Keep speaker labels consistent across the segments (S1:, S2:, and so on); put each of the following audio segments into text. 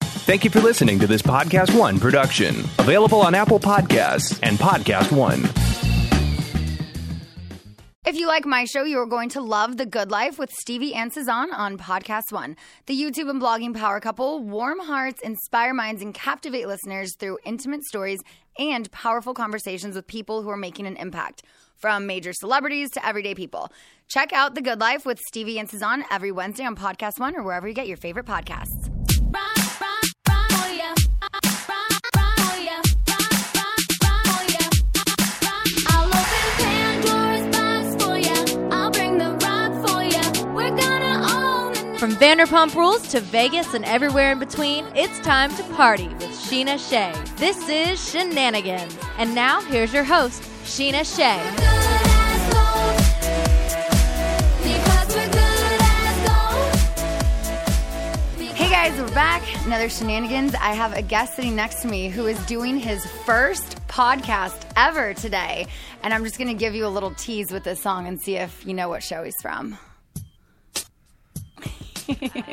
S1: Thank you for listening to this Podcast One production, available on Apple Podcasts and Podcast One.
S2: If you like my show, you are going to love The Good Life with Stevie and Cezanne on Podcast One. The YouTube and blogging power couple warm hearts, inspire minds, and captivate listeners through intimate stories and powerful conversations with people who are making an impact, from major celebrities to everyday people. Check out The Good Life with Stevie and Cezanne every Wednesday on Podcast One or wherever you get your favorite podcasts.
S3: From Vanderpump Rules to Vegas and everywhere in between, it's time to party with Sheena Shea. This is Shenanigans. And now, here's your host, Sheena Shea.
S2: Hey guys, we're back. Another shenanigans. I have a guest sitting next to me who is doing his first podcast ever today. And I'm just going to give you a little tease with this song and see if you know what show he's from.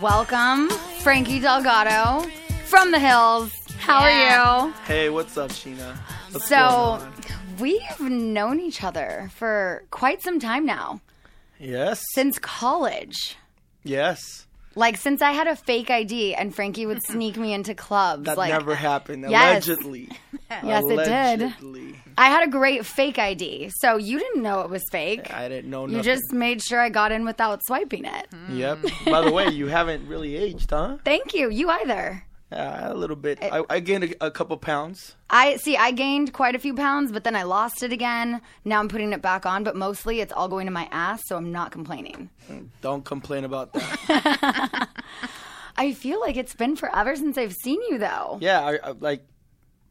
S2: Welcome, Frankie Delgado from the hills. How are you?
S4: Hey, what's up, Sheena? What's
S2: So,
S4: going on?
S2: we've known each other for quite some time now,
S4: yes,
S2: since college.
S4: yes,
S2: Like since I had a fake ID and Frankie would sneak me into clubs.
S4: that
S2: like
S4: never happened.
S2: Yes.
S4: Allegedly,
S2: Yes, it did.
S4: allegedly.
S2: I had a great fake ID, so you didn't know it was fake.
S4: I didn't know.
S2: you
S4: Nothing. Mm-hmm.
S2: just made sure I got in without swiping it.
S4: Yep. By the way, you haven't really aged, huh?
S2: Thank you. You either.
S4: Uh, a little bit. I, I gained a, a couple pounds.
S2: I see. I gained quite a few pounds, but then I lost it again. Now I'm putting it back on, but mostly it's all going to my ass, so I'm not complaining.
S4: Don't complain about that.
S2: I feel like it's been forever since I've seen you, though.
S4: yeah, I, I, like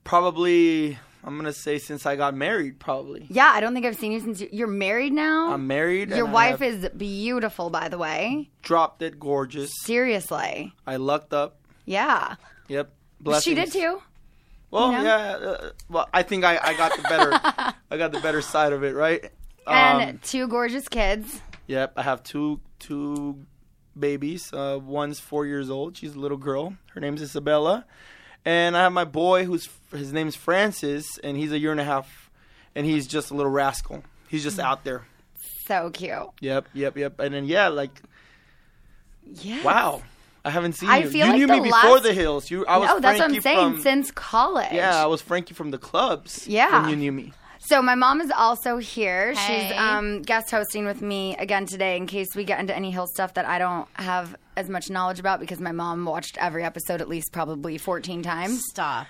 S4: probably I'm gonna say since I got married, probably.
S2: Yeah, I don't think I've seen you since you- you're married now.
S4: I'm married.
S2: Your
S4: and
S2: wife
S4: I have
S2: is beautiful, by the way.
S4: dropped it. Gorgeous.
S2: Seriously.
S4: I lucked up.
S2: Yeah.
S4: Yep. Blessings.
S2: She did too.
S4: Well,
S2: know?
S4: yeah. Uh, well, I think I, I got the better. I got the better side of it, right?
S2: And
S4: Um,
S2: two gorgeous kids.
S4: yep. I have two two babies. Uh, one's four years old. She's a little girl. Her name's Isabella, and I have my boy, who's his name's Francis, and he's a year and a half, and he's just a little rascal. He's just
S2: Mm.
S4: out there.
S2: So cute.
S4: Yep. Yep. Yep. And then yeah, like
S2: Yeah.
S4: wow. I haven't seen
S2: I
S4: you.
S2: feel
S4: you
S2: like
S4: knew
S2: the
S4: me before
S2: last-
S4: the hills. You, I was
S2: No, that's what
S4: Frankie
S2: I'm saying.
S4: from.
S2: Since college.
S4: yeah, I was Frankie from the clubs.
S2: Yeah.
S4: when you knew me.
S2: So my mom is also here.
S3: Hey.
S2: She's um, guest hosting with me again today in case we get into any hill stuff that I don't have as much knowledge about because my mom watched every episode at least probably 14 times.
S5: Stop.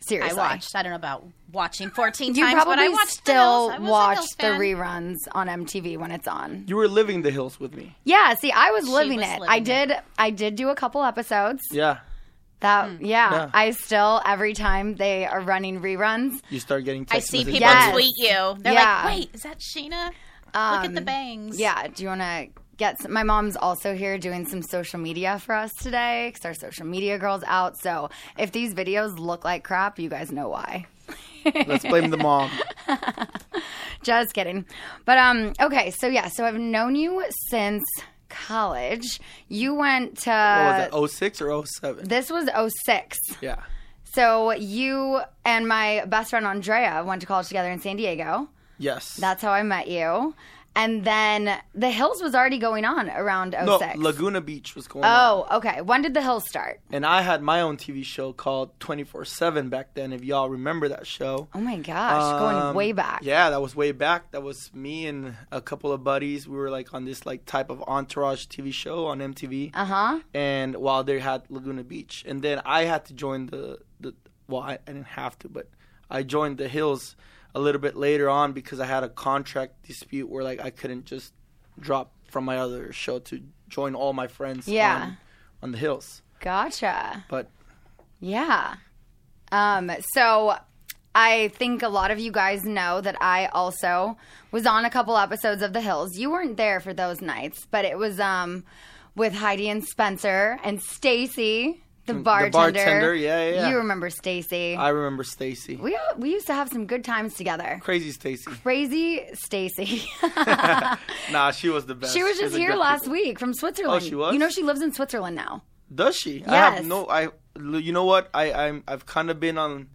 S5: I
S2: Seriously.
S5: watched. I don't know about watching 14
S2: You
S5: times,
S2: probably
S5: but I watched The Hills. I
S2: still
S5: was a
S2: watch
S5: Hills
S2: the
S5: fan.
S2: reruns on MTV when it's on.
S4: You were living the hills with me.
S2: Yeah, see, I was living
S5: was
S2: it.
S5: living
S2: I
S5: it.
S2: did. I did do a couple episodes.
S4: Yeah.
S2: That
S5: Hmm.
S2: yeah,
S4: Yeah.
S2: I still every time they are running reruns.
S4: You start getting
S5: I
S4: text
S5: see people
S4: messages.
S2: Yes.
S5: tweet you. They're
S2: Yeah. Um,
S5: like, wait, is that Sheena? Look at the bangs.
S2: Yeah, do you want to get some, my mom's also here doing some social media for us today because our social media girls out. So if these videos look like crap, you guys know why.
S4: Let's blame the mom.
S2: Just kidding. But um, okay, so yeah, so I've known you since college. You went to Uh,
S4: What was that, 06 or 07?
S2: this was 06.
S4: yeah.
S2: So you and my best friend Andrea went to college together in San Diego.
S4: Yes.
S2: That's how I met you. And then The Hills was already going on around 06.
S4: no, Laguna Beach was going on.
S2: oh, okay. When did The Hills start?
S4: And I had my own TV show called 24 7 back then, if y'all remember that show.
S2: Oh my gosh, going
S4: Um,
S2: way back.
S4: Yeah, that was way back. That was me and a couple of buddies. We were like on this like type of entourage TV show on MTV.
S2: Uh huh.
S4: and while they had Laguna Beach, and then I had to join the the well, I, I didn't have to, but I joined the Hills a little bit later on because I had a contract dispute where like I couldn't just drop from my other show to join all my friends.
S2: Yeah.
S4: on, on the Hills,
S2: Gotcha.
S4: but
S2: Yeah. Um, so I think a lot of you guys know that I also was on a couple episodes of The Hills. You weren't there for those nights, but it was um with Heidi and Spencer and Stacy. The
S4: Mm, The
S2: bartender.
S4: bartender, yeah, yeah, yeah.
S2: You remember Stacy.
S4: I remember Stacy.
S2: We, we used to have some good times together.
S4: Crazy Stacy.
S2: Crazy Stacy.
S4: Nah, she was the best.
S2: she was
S4: She's
S2: just
S4: a
S2: here
S4: good
S2: last
S4: people.
S2: week from Switzerland.
S4: she was?
S2: You know she lives in Switzerland now.
S4: Does she? I
S2: Yes.
S4: have no. I. You know what? I. I'm. I've kind of been on.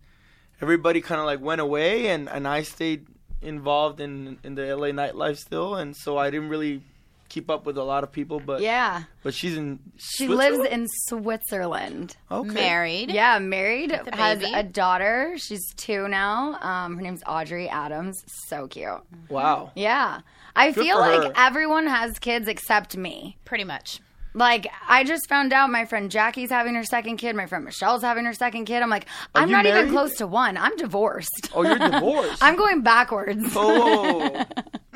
S4: Everybody kind of like went away, and and I stayed involved in in the LA nightlife still, and so I didn't really keep up with a lot of people. But
S2: Yeah.
S4: But she's in.
S2: She lives in Switzerland.
S4: Okay.
S5: Married.
S2: Yeah, married, has
S5: baby.
S2: a daughter. She's two now. Um, her name's Audrey Adams. So cute.
S4: Mm. Wow.
S2: Yeah. I feel
S4: for
S2: like
S4: her.
S2: everyone has kids except me.
S5: Pretty much.
S2: Like, I just found out my friend Jackie's having her second kid. My friend Michelle's having her second kid. I'm like, I'm
S4: you
S2: not even
S4: married?
S2: close to one. I'm divorced.
S4: Oh, you're divorced.
S2: I'm going backwards.
S4: Oh.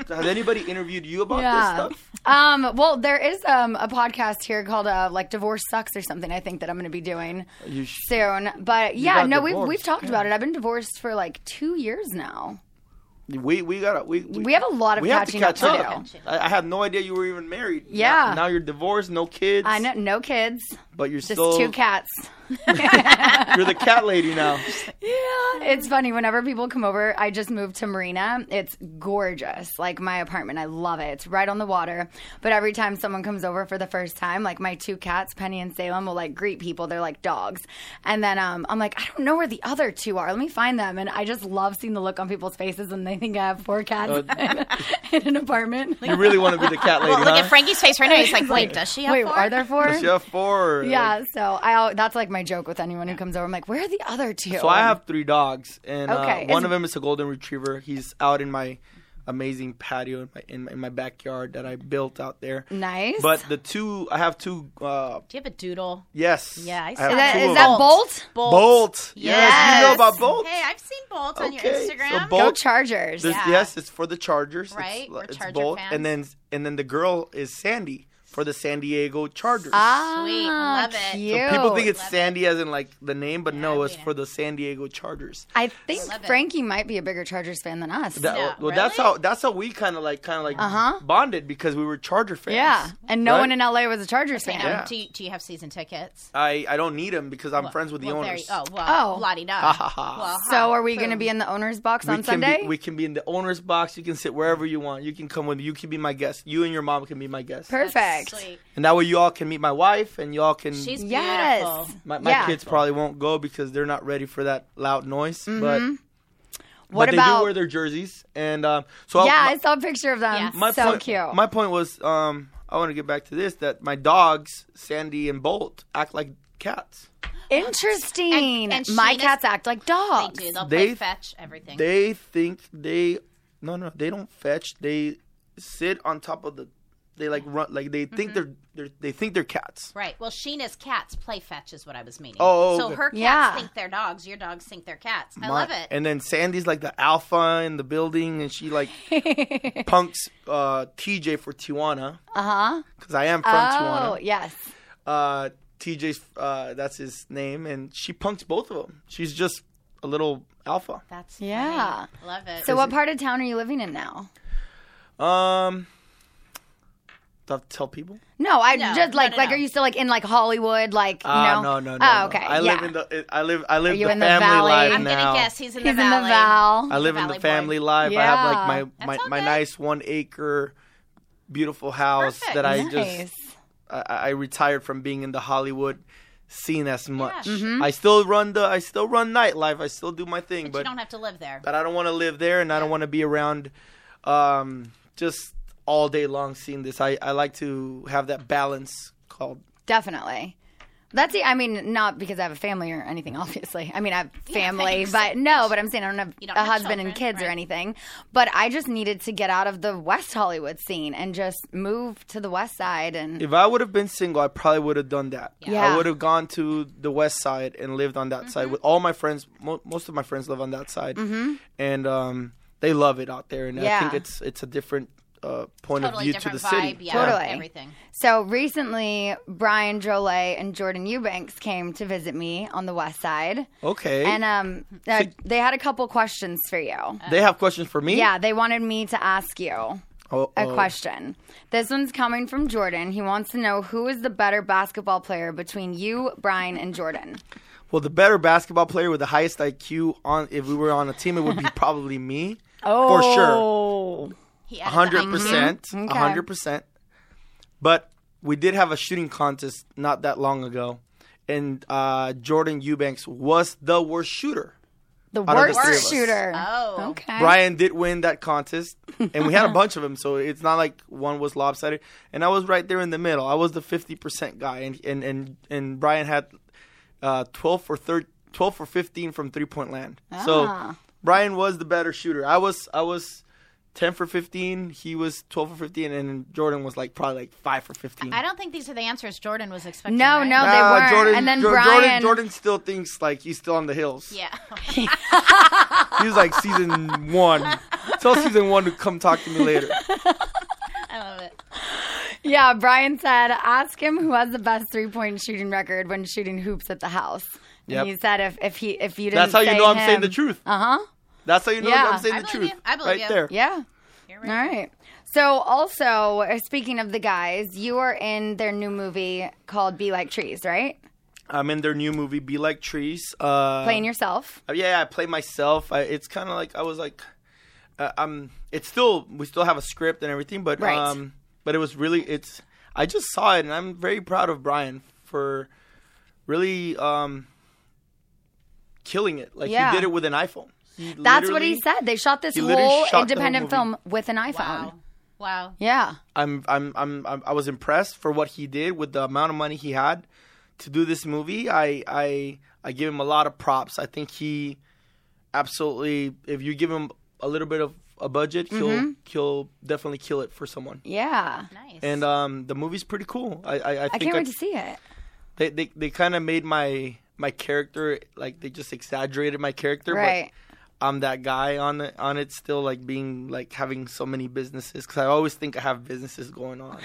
S4: Has anybody interviewed you about
S2: Yeah.
S4: this stuff?
S2: Um, well, there is um, a podcast here called uh, like Divorce Sucks or something. I think that I'm going to be doing
S4: You sh-
S2: soon. But yeah,
S4: got
S2: no, we've
S4: divorced,
S2: we've talked about it. I've been divorced for like two years now.
S4: We we got we, we
S2: We have a lot of
S4: we have to
S2: catching
S4: catch
S2: up
S4: up.
S2: to do.
S4: I, I had no idea you were even married.
S2: Yeah.
S4: Now, now you're divorced, no kids.
S2: I know, no kids,
S4: But you're
S2: just
S4: still
S2: two cats.
S4: You're the cat lady now.
S2: It's funny whenever people come over. I just moved to Marina. It's gorgeous, like my apartment. I love it. It's right on the water. But every time someone comes over for the first time, like my two cats, Penny and Salem, will like greet people. They're like dogs. And then um, I'm like, I don't know where the other two are. Let me find them. And I just love seeing the look on people's faces, and they think I have four cats
S4: Uh,
S2: in an apartment.
S4: You really want to be the cat lady,
S5: Well, look
S4: huh?
S5: at Frankie's face right now. He's like, wait, does she have
S2: Wait,
S5: four?
S2: are there four?
S4: Yes, you have four. Like,
S2: Yeah, so I al- that's like my joke with anyone who comes over. I'm like, where are the other two?
S4: so I have three dogs, and
S2: Okay,
S4: uh, one
S2: is-
S4: of them is a golden retriever. He's out in my amazing patio in my in, my- in my backyard that I built out there.
S2: nice.
S4: But the two, I have two. Uh,
S5: Do you have a doodle?
S4: yes.
S5: Yeah, I
S4: have
S2: is
S5: see. Is
S4: two
S2: that,
S4: of
S2: is that
S4: them.
S2: Bolt?
S5: Bolt.
S4: Bolt? Yes. You know
S2: Yes.
S4: about Bolt?
S5: Hey, I've seen Bolt on your
S4: Okay, so
S5: Instagram.
S4: Bolt-
S2: Go Chargers.
S4: There's-
S5: Yeah.
S4: Yes, it's for the Chargers.
S5: Right,
S4: It's,
S5: we're
S4: it's
S5: Charger
S4: Bolt,
S5: fans.
S4: and then and then the girl is Sandy for the San Diego Chargers.
S5: Sweet,
S2: Ah,
S5: love it.
S2: Cute.
S4: People think it's Sandy as in like the name, but no, it's for the San Diego Chargers.
S2: I think
S5: Love it.
S2: Frankie might be a bigger Chargers fan than us.
S4: That-
S5: Yeah,
S4: well, that's
S5: really?
S4: how that's how we kind of like kind of like
S2: Uh-huh.
S4: bonded because we were Charger fans.
S2: yeah, and no
S4: Right?
S2: one in LA was a Chargers fan.
S5: Now,
S4: Yeah.
S5: Um, do, you, do you have season tickets?
S4: I I don't need them because I'm friends with the
S5: well, there
S4: owners.
S5: you- oh, well,
S2: Oh.
S5: lottie da.
S2: So are we going to be in the owner's box
S4: We
S2: on
S4: can
S2: Sunday?
S4: be we can be in the owners box. You can sit wherever you want. You can come with. You can be my guest. You and your mom can be my guest.
S2: Perfect.
S5: Sweet.
S4: And that way you all can meet my wife and y'all can.
S5: She's
S2: Yes.
S5: beautiful.
S4: my my
S2: yeah.
S4: kids probably won't go because they're not ready for that loud noise. But
S2: What
S4: but they
S2: about?
S4: do wear their jerseys and um. So
S2: yeah,
S4: my-
S2: I saw a picture of them.
S5: Yeah.
S4: my
S2: so
S4: point,
S2: cute.
S4: My point was, um, I want to get back to this that my dogs, Sandy and Bolt, act like cats.
S2: Interesting.
S5: And- and
S2: my
S5: Sheena's-
S2: cats act like dogs.
S5: They do. They'll play
S4: They-
S5: fetch everything.
S4: They think they, no, no, they don't fetch. They sit on top of the, they like run, like they
S5: Mm-hmm.
S4: think they're, they're they think they're cats.
S5: Right. Well, Sheena's cats play fetch is what I was meaning.
S4: Oh,
S5: so
S4: okay.
S5: her cats
S2: Yeah.
S5: think they're dogs. Your dogs think they're cats. I
S4: My-
S5: love it.
S4: And then Sandy's like the alpha in the building, and she like punks uh, TJ for Tijuana
S2: Uh huh.
S4: because I am from
S2: Oh
S4: Tijuana.
S2: yes.
S5: Oh.
S4: uh, TJ's uh, that's his name, and she punks both of them. She's just a little alpha.
S5: That's
S2: Yeah.
S5: funny. love it.
S2: So what part of town are you living in now?
S4: Um, do I have to tell people?
S2: No, I
S5: No,
S2: just
S5: no,
S2: like
S5: no,
S2: like
S5: no.
S2: are you still like in like Hollywood like
S4: Ah,
S2: no?
S4: no, no, no.
S2: Oh,
S4: no.
S2: okay.
S4: I
S2: yeah.
S4: live in the. I live. I live
S2: you
S4: the
S2: in the
S4: family
S2: valley?
S4: life
S5: I'm
S4: now.
S5: gonna guess he's in
S2: He's in
S5: the
S2: the
S5: valley.
S2: Val.
S4: I live in
S5: valley
S4: the
S5: boy.
S4: family life. I have
S2: Yeah.
S4: like my my,
S5: all
S4: my
S5: good.
S4: nice one acre, beautiful house
S5: Perfect.
S4: that I
S2: nice.
S4: just I, I retired from being in the Hollywood scene as much. I still run the I still run nightlife. I still do my thing,
S5: But,
S4: but
S5: you don't have to live there.
S4: but I don't want to live there, and I don't want to be around um, just all day long seeing this. I, I like to have that balance called.
S2: Definitely. That's the, I mean, not because I have a family or anything, obviously. I mean, I have family, but no, but I'm saying I don't have
S5: You don't
S2: a
S5: have
S2: husband and
S5: children,
S2: kids or
S5: right.
S2: anything. But I just needed to get out of the West Hollywood scene and just move to the West Side. And
S4: If I would have been single, I probably would have done that.
S2: Yeah. Mm-hmm.
S4: I would have gone to the West Side and lived on that side with all my friends. Mo- most of my friends live on that side, and um, they love it out there. And I
S2: Yeah.
S4: think it's it's a different uh, point of
S5: Totally
S4: view to
S5: different
S4: the
S5: vibe.
S4: city.
S5: Yeah.
S2: Totally.
S5: Everything.
S2: so recently, Brian Drolet and Jordan Eubanks came to visit me on the West Side.
S4: Okay.
S2: And um, uh, they had a couple questions for you.
S4: they have questions for me. Oh,
S2: Yeah, they wanted me to ask you. a question. This one's coming from Jordan. He wants to know who is the better basketball player between you, Brian, and Jordan.
S4: Well, the better basketball player with the highest IQ on, if we were on a team, it would be probably me. Oh, for sure,
S2: Oh.
S5: He
S4: A
S5: added the
S4: hundred
S5: IQ.
S4: percent, A hundred percent. But we did have a shooting contest not that long ago, and uh, Jordan Eubanks was the worst shooter.
S2: The
S4: Out of the
S2: worst
S4: three of us.
S2: shooter.
S5: Oh.
S2: Okay.
S4: Brian did win that contest, and we had a bunch of them, so it's not like one was lopsided. And I was right there in the middle. I was the fifty percent guy, and and and and Brian had uh, twelve for thir 12 for fifteen from three point land.
S2: Ah.
S4: So Brian was the better shooter. I was I was ten for fifteen. He was twelve for fifteen, and Jordan was like probably like five for fifteen.
S5: I don't think these are the answers Jordan was expecting.
S2: No,
S5: right?
S2: no, they
S4: Ah,
S2: weren't.
S4: Jordan,
S2: and then
S4: Jo-
S2: Brian.
S4: Jordan, Jordan still thinks like he's still on the hills.
S5: Yeah.
S4: He was like season one. Tell season one to come talk to me later.
S5: I love it.
S2: Yeah, Brian said, ask him who has the best three point shooting record when shooting hoops at the house. And
S4: Yep.
S2: he said, if, if he if you didn't
S4: That's how you
S2: say
S4: know I'm
S2: him-
S4: saying the truth.
S2: Uh huh.
S4: That's how you know
S2: Yeah.
S4: that I'm saying
S5: I
S4: the
S5: believe
S4: truth.
S5: you. I believe
S4: right
S5: you.
S4: there.
S2: Yeah.
S5: You're
S2: All
S5: right.
S2: right. So, also uh, speaking of the guys, you are in their new movie called "Be Like Trees," right?
S4: I'm in their new movie, Be Like Trees. Uh,
S2: Playing yourself.
S4: yeah, I play myself. I, it's kind of like I was like, uh, I'm. It's still we still have a script and everything, but
S2: Right.
S4: um, but it was really it's. I just saw it, and I'm very proud of Brian for really um killing it. Like
S2: Yeah.
S4: he did it with an iPhone. He
S2: That's what he
S4: literally-
S2: said. They shot this
S4: he literally
S2: whole
S4: shot the whole
S2: independent
S4: movie.
S2: film with an iPhone.
S5: Wow. Wow.
S2: Yeah.
S4: I'm, I'm, I'm, I'm, I was impressed for what he did with the amount of money he had to do this movie. I, I, I give him a lot of props. I think he absolutely, if you give him a little bit of a budget,
S2: Mm-hmm.
S4: he'll, he'll definitely kill it for someone.
S2: Yeah.
S5: Nice.
S4: And um, the movie's pretty cool. I, I, I
S2: I
S4: think
S2: can't
S4: I-
S2: wait to see it.
S4: they, they, they kind of made my, my character like they just exaggerated my character,
S2: Right.
S4: But I'm that guy on it, on it still, like being like having so many businesses because I always think I have businesses going on.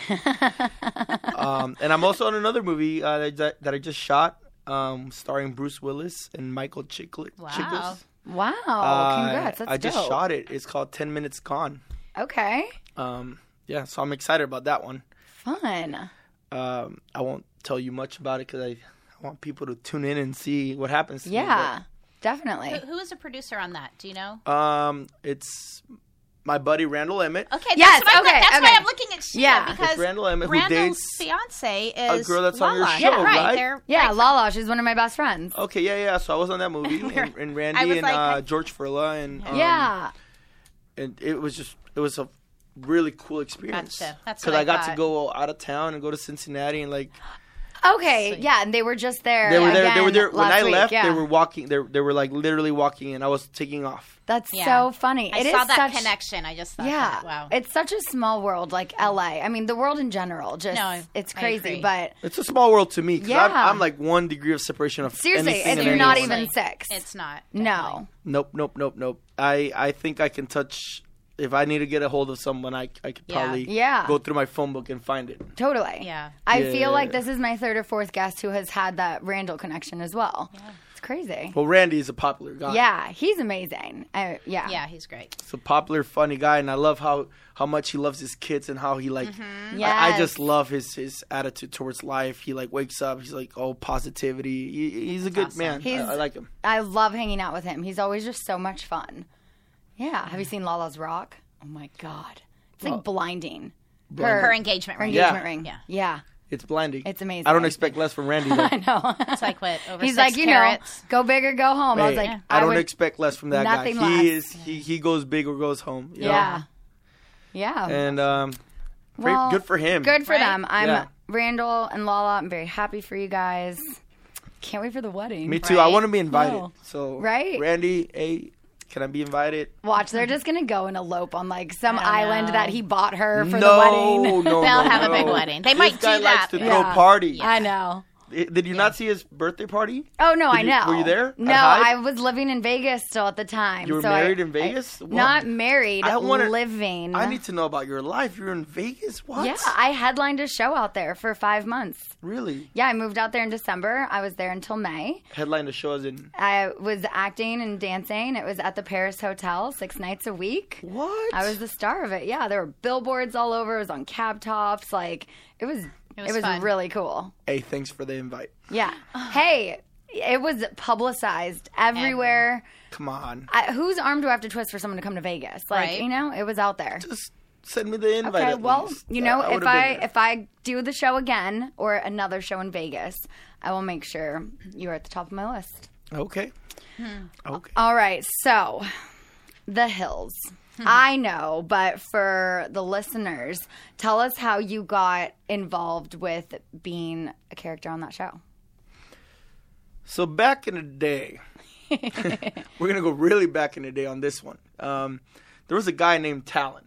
S4: um, and I'm also on another movie uh, that- that, that I just shot, um, starring Bruce Willis and Michael Chiklis.
S5: Wow.
S4: Chiklis.
S2: Wow.
S4: Uh,
S2: Oh, Congrats. That's
S4: I just
S2: dope.
S4: shot it. It's called Ten Minutes Gone.
S2: Okay.
S4: Um, yeah, so I'm excited about that one.
S2: Fun.
S4: Um, I won't tell you much about it because I, I want people to tune in and see what happens. To me,
S2: Yeah.
S5: who,
S2: Definitely.
S5: who is a producer on that? Do you know?
S4: but, um, it's my buddy Randall Emmett.
S5: Okay, that's
S2: Yes,
S5: what I
S2: okay,
S5: thought. That's
S2: okay.
S5: why I'm looking at Sheena
S2: Yeah. It's
S5: because
S4: Randall Emmett who
S5: Randall's
S4: dates
S5: fiance is
S4: girl that's on your
S5: Lala.
S4: show,
S5: yeah, right?
S4: right?
S5: They're-
S2: Yeah.
S5: right.
S2: Lala, she's one of my best friends.
S4: Okay, yeah, yeah. So I was on that movie, and, and
S5: I
S4: Randy
S5: was
S4: and
S5: like,
S4: uh,
S5: I-
S4: George Furla, and um,
S2: yeah.
S4: and it was just it was a really cool experience.
S5: Gotcha. That's
S4: because
S5: what
S4: I,
S5: I
S4: got to
S5: thought.
S4: go out of town and go to Cincinnati, and like
S2: Okay. Yeah. And they were just there.
S4: they were there, they
S2: again
S4: were there when
S2: last
S4: I
S2: week,
S4: left.
S2: yeah.
S4: They were walking, they they were like literally walking, and I was taking off.
S2: That's
S5: Yeah.
S2: so funny.
S5: I
S2: It is
S5: saw that
S2: such,
S5: connection. I just thought,
S2: Yeah.
S5: that. wow.
S2: It's such a small world, like LA. I mean, the world in general, just
S5: No, I-
S2: it's
S5: I
S2: crazy.
S5: agree.
S2: But
S4: It's a small world to me. 'cause I'm,
S2: Yeah.
S4: I'm like one degree of separation of
S2: seriously,
S4: anything
S2: it's
S4: and
S2: not
S4: anyone.
S2: even six.
S5: it's not.
S2: no.
S4: Nope, nope, nope, nope. I I think I can touch. If I need to get a hold of someone, I I could
S5: Yeah.
S4: probably
S2: Yeah.
S4: go through my phone book and find it.
S2: Totally.
S5: Yeah.
S2: I
S4: Yeah, yeah,
S2: feel like
S4: yeah.
S2: this is my third or fourth guest who has had that Randall connection as well. It's crazy.
S4: Well, Randy is a popular guy.
S2: yeah, he's amazing. I, yeah.
S5: Yeah, he's great.
S4: He's a popular, funny guy, and I love how how much he loves his kids and how he like. I, I
S2: Yes.
S4: just love his his attitude towards life. He like wakes up. He's like, oh, positivity. He, he's a good man.
S2: He's-
S4: I, I like him.
S2: I love hanging out with him. He's always just so much fun. Yeah. Have you seen Lala's Rock? Oh my God. It's like blinding. Her,
S5: Her engagement ring.
S2: engagement
S4: Yeah.
S2: ring.
S5: Yeah.
S2: Yeah.
S4: It's blinding.
S2: It's amazing.
S4: I don't expect less from Randy. Though.
S5: It's like what over
S2: He's
S5: six
S2: like, you
S5: carats.
S2: know, go big or go home. I was
S4: Hey,
S2: like,
S4: I, don't
S2: would-
S4: expect less from that guy.
S2: nothing
S4: He
S2: less.
S4: is. He he goes big or goes home. you know?
S2: Yeah. Yeah.
S4: And um, great-
S2: Well,
S4: good for him.
S2: Good for
S5: Right?
S2: them. I'm
S4: Yeah.
S2: Randall and Lala. I'm very happy for you guys. Can't wait for the wedding.
S4: Me too. I
S5: Right.
S4: want to be invited.
S2: No.
S4: So
S2: Right?
S4: Randy, hey, can I be invited?
S2: Watch, they're just gonna go and elope on like some
S5: I don't
S2: island
S5: know.
S2: that he bought her for
S4: no,
S2: the wedding.
S4: no,
S5: They'll
S4: no,
S5: have a big
S4: Oh, no.
S5: wedding. They
S4: this
S5: might
S4: guy
S5: do
S4: likes to
S5: that.
S2: Yeah.
S4: throw parties.
S2: I know.
S4: Did you not see his birthday party?
S2: Oh no,
S4: Did
S2: I
S4: you-
S2: know.
S4: were you there?
S2: No,
S4: At Hyde?
S2: I was living in Vegas still at the time.
S4: You were
S2: so
S4: married
S2: I-
S4: in Vegas?
S2: I-
S4: What?
S2: not married.
S4: I wanna-
S2: living.
S4: I need to know about your life. You're in Vegas. What?
S2: Yeah, I headlined a show out there for five months.
S4: really
S2: Yeah, I moved out there in December. I was there until May.
S4: headlined the show as in
S2: I was acting and dancing. It was at the Paris Hotel six nights a week.
S4: what?
S2: I was the star of it. Yeah, there were billboards all over. It was on cab tops. Like it was, it
S5: was
S2: was,
S5: fun. Oh.
S2: really cool.
S4: Hey, thanks for the invite.
S2: Yeah. hey, it was publicized everywhere.
S4: Come on,
S2: I, whose arm do I have to twist for someone to come to Vegas? Like
S5: Right.
S2: you know, it was out there.
S4: just send me the invite.
S2: Okay,
S4: at
S2: well,
S4: least. uh,
S2: you know, if
S4: would've
S2: I
S4: been there.
S2: if I do the show again or another show in Vegas, I will make sure you are at the top of my list.
S4: okay,
S2: Hmm.
S4: okay,
S2: All right, so the hills. I know, but for the listeners, tell us how you got involved with being a character on that show.
S4: So back in the day, we're gonna go really back in the day on this one. Um, there was a guy named Talon,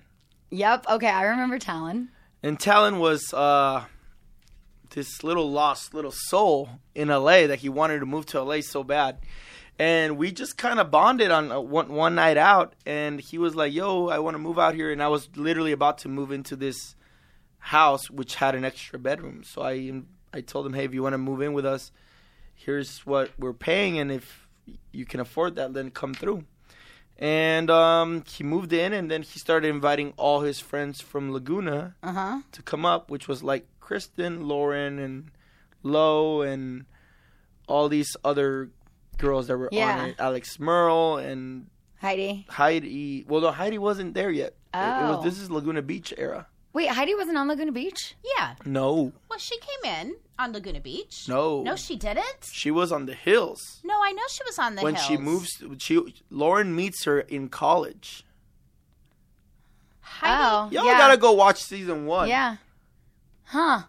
S2: Yep. Okay, I remember Talon.
S4: and Talon was uh, this little lost little soul in LA that he wanted to move to LA so bad. And we just kind of bonded on uh, one one night out, and he was like, "Yo, I want to move out here," and I was literally about to move into this house which had an extra bedroom. So I um, I told him, "Hey, if you want to move in with us, here's what we're paying and if you can afford that then come through and um, he moved in and then he started inviting all his friends from laguna
S2: Uh-huh.
S4: to come up which was like kristen lauren and lo and all these other girls that were
S2: Yeah.
S4: on it alex merle and
S2: Heidi.
S4: heidi well no heidi wasn't there yet It- it
S2: Oh.
S4: was, this is laguna beach era
S2: Wait, Heidi wasn't on Laguna Beach?
S5: Yeah.
S4: no
S5: Well, she came in on Laguna Beach.
S4: No.
S5: No, she didn't.
S4: she was on the hills
S5: No, I know she was on the
S4: when
S5: hills.
S4: she moves she lauren meets her in college
S5: Heidi,
S2: oh,
S4: Y'all
S2: yeah.
S4: gotta go watch season one.
S2: Yeah. Huh.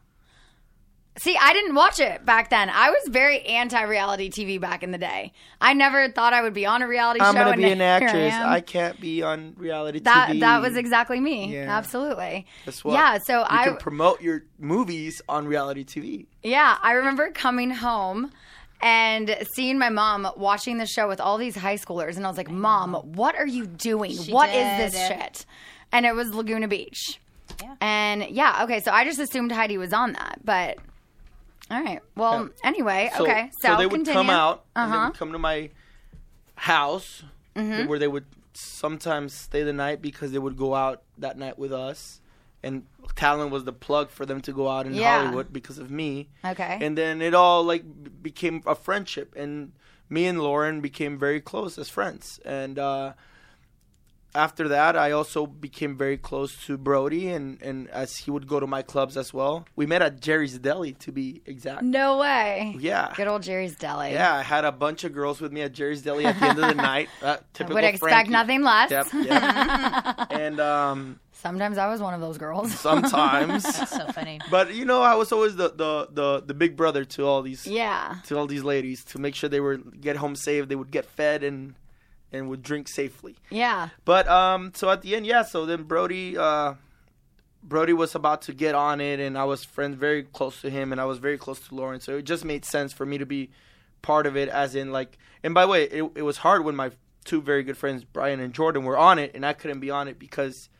S2: See, I didn't watch it back then. I was very anti-reality TV back in the day. I never thought I would be on a reality
S4: I'm
S2: show.
S4: gonna
S2: and
S4: be an
S2: here I
S4: actress.
S2: am.
S4: I, can't be on reality
S2: that
S4: TV.
S2: that was exactly me.
S4: Yeah.
S2: Absolutely.
S4: That's what-
S2: yeah. So
S4: you
S2: I
S4: can promote your movies on reality TV.
S2: Yeah, I remember coming home and seeing my mom watching the show with all these high schoolers, and I was like, "Mom, what are you doing? What is
S5: She
S2: this
S5: did.
S2: shit?" And it was Laguna Beach.
S5: Yeah.
S2: And yeah, okay. So I just assumed Heidi was on that, but all right. Well, anyway,
S4: So,
S2: okay. So,
S4: so they would
S2: continue.
S4: come out and they
S2: Uh-huh. Mm-hmm.
S4: would come to my house where they would sometimes stay the night because they would go out that night with us. And Talon was the plug for them to go out in
S2: Yeah.
S4: Hollywood because of me.
S2: Okay.
S4: And then it all like b- became a friendship, and me and Lauren became very close as friends. And uh, after that, I also became very close to Brody, and and as he would go to my clubs as well. We met at Jerry's Deli, to be exact.
S2: No way.
S4: Yeah.
S2: Good old Jerry's Deli.
S4: Yeah, I had a bunch of girls with me at Jerry's Deli at the end of the night. Uh, typical
S2: Would expect
S4: Frankie.
S2: nothing less.
S4: Yep, yep. and um,
S2: Sometimes I was one of those girls.
S4: sometimes,
S5: So funny.
S4: but you know, I was always the the the, the big brother to all these
S2: yeah.
S4: to all these ladies to make sure they were get home safe, they would get fed and and would drink safely.
S2: Yeah.
S4: But um, so at the end, yeah. So then Brody, uh, Brody was about to get on it, and I was friends very close to him, and I was very close to Lauren. So it just made sense for me to be part of it, as in like. And by the way, it, it was hard when my two very good friends Brian and Jordan were on it, and I couldn't be on it because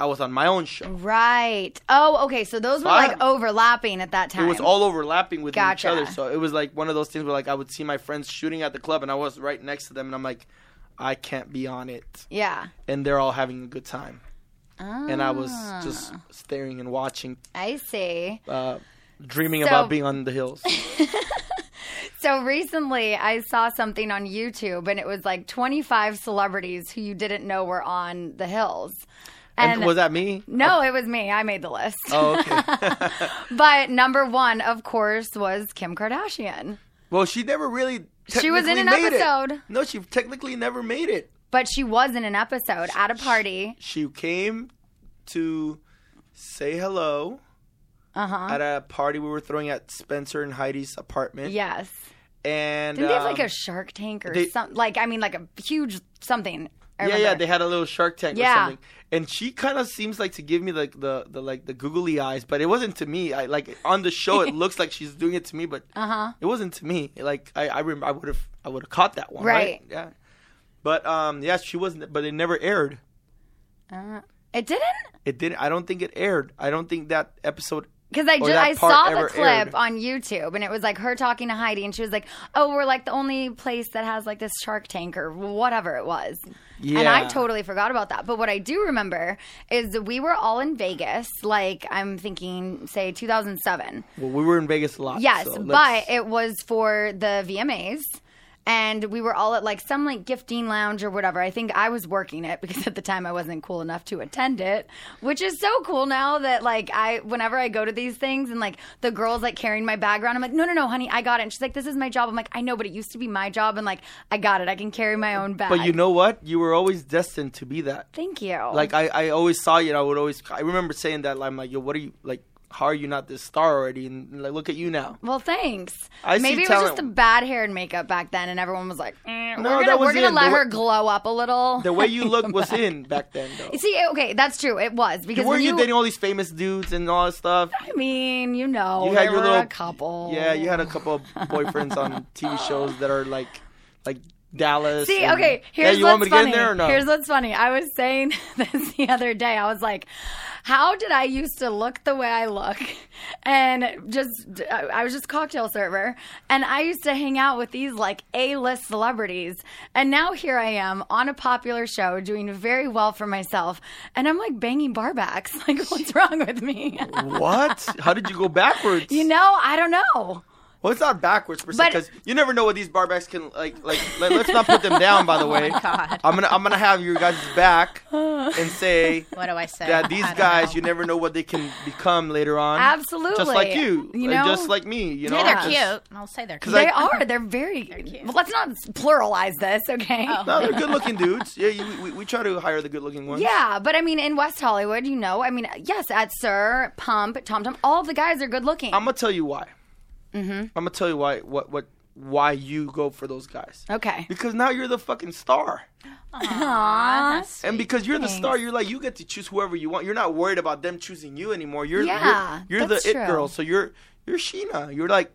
S4: I was on my own show.
S2: Right. Oh, okay. So those were
S4: I-
S2: like overlapping at that time.
S4: It was all overlapping with
S2: Gotcha.
S4: each other, so it was like one of those things where like I would see my friends shooting at the club, and I was right next to them, and I'm like, I can't be on it,
S2: Yeah.
S4: and they're all having a good time.
S2: Ah,
S4: and I was just staring and watching,
S2: I see.
S4: uh, dreaming
S2: So-
S4: about being on the hills.
S2: So recently I saw something on YouTube and it was like 25 celebrities who you didn't know were on the hills.
S4: and, was that me?
S2: No, it was me. I made the list.
S4: Oh, okay.
S2: But number 1 of course was Kim Kardashian.
S4: well, she never really.
S2: She was in an
S4: technically made it.
S2: episode.
S4: No, she technically never made it.
S2: But she was in an episode at a party.
S4: She came to say hello
S2: Uh-huh.
S4: at a party we were throwing at Spencer and Heidi's apartment.
S2: Yes.
S4: and
S2: Didn't they have like
S4: um,
S2: a Shark Tank or
S4: they-
S2: something? Like I mean like a huge something I
S4: yeah, yeah,
S2: remember.
S4: they had a little Shark Tank
S2: Yeah.
S4: or something, and she kind of seems like to give me like the, the like the googly eyes, but it wasn't to me. I like on the show, it looks like she's doing it to me, but
S2: Uh-huh.
S4: uh it wasn't to me. Like I I, rem- I would have I would have caught that one, right?
S2: Right.
S4: Yeah, but um, yeah, she wasn't, but it never aired.
S2: It didn't
S4: It didn't. I don't think it aired. I don't think that episode.
S2: because I
S4: or
S2: just
S4: that
S2: I
S4: part
S2: saw the
S4: ever
S2: clip
S4: aired.
S2: on YouTube and it was like her talking to Heidi and she was like, "Oh, we're like the only place that has like this Shark Tank or whatever it was." And I
S4: Yeah.
S2: totally forgot about that. But what I do remember is that we were all in Vegas, like I'm thinking, say 2007.
S4: Well, we were in Vegas a lot.
S2: Yes,
S4: so
S2: but
S4: let's-
S2: it was for the VMAs. And we were all at like some like gifting lounge or whatever. I think I was working it because at the time I wasn't cool enough to attend it, which is so cool now that like I, whenever I go to these things and like the girl's like carrying my bag around, I'm like, no, no, no, honey, I got it. And she's like, this is my job. I'm like, I know, but it used to be my job. And like, I got it. I can carry my own bag.
S4: but you know what? You were always destined to be that.
S2: thank you.
S4: Like I, I always saw you, and I would always. I remember saying that. Like, I'm like, yo, what are you like? How are you not this star already? And like, look at you now.
S2: Well, thanks.
S4: I see
S2: Maybe it was
S4: talent.
S2: just the bad hair and makeup back then, and everyone was like, "Eh,
S4: No,
S2: "We're gonna,
S4: that was
S2: we're gonna
S4: in.
S2: let
S4: The wa-
S2: her glow up a little."
S4: The way you look was in back then, though.
S2: See, okay, that's true. It was because
S4: Were
S2: when
S4: you,
S2: you,
S4: dating all these famous dudes and all that stuff?
S2: I mean, you know,
S4: You had
S2: there
S4: your
S2: were
S4: little
S2: a couple.
S4: Yeah, you had a couple of boyfriends on TV shows that are like, like Dallas.
S2: See,
S4: and-
S2: okay,
S4: yeah,
S2: here's
S4: you
S2: what's
S4: want me to
S2: funny.
S4: get in there or no?
S2: Here's what's funny. I was saying this the other day. I was like, how did I used to look the way I look? And just, I I was just cocktail server. And I used to hang out with these like A list celebrities. And now here I am on a popular show doing very well for myself. And I'm like banging barbacks. Like, what's wrong with me?
S4: what? How did you go backwards?
S2: you know, I don't know.
S4: well, it's not backwards per se
S2: But-
S4: because you never know what these barbacks can like. Like, let, us not put them down. By the
S2: Oh
S4: way,
S5: God.
S4: I'm gonna I'm gonna have your guys back and say
S5: What do I say?
S4: that these
S5: I don't
S4: guys
S5: know.
S4: you never know what they can become later on.
S2: Absolutely.
S4: just like you,
S2: You
S4: uh,
S2: know?
S4: just like me. You know,
S5: Yeah, they're
S4: Just-
S5: cute. I'll say they're cute.
S4: I-
S2: They are. They're very.
S5: cute.
S2: Well, let's not pluralize this, okay?
S4: No, they're good-looking dudes. Yeah, you, we, we try to hire the good-looking ones.
S2: Yeah, but I mean, in West Hollywood, you know, I mean, yes, at Sir, Pump, Tom Tom, all of the guys are good looking.
S4: I'm gonna tell you why. Mm-hmm. I'm gonna tell you why. What what why you go for those guys?
S2: okay.
S4: Because now you're the fucking star,
S5: Aw.
S4: and because you're the star, you're like you get to choose whoever you want. You're not worried about them choosing you anymore. You're you're-
S2: Yeah,
S4: you're,
S2: that's
S4: the
S2: true.
S4: it girl, so you're you're Sheena. You're like,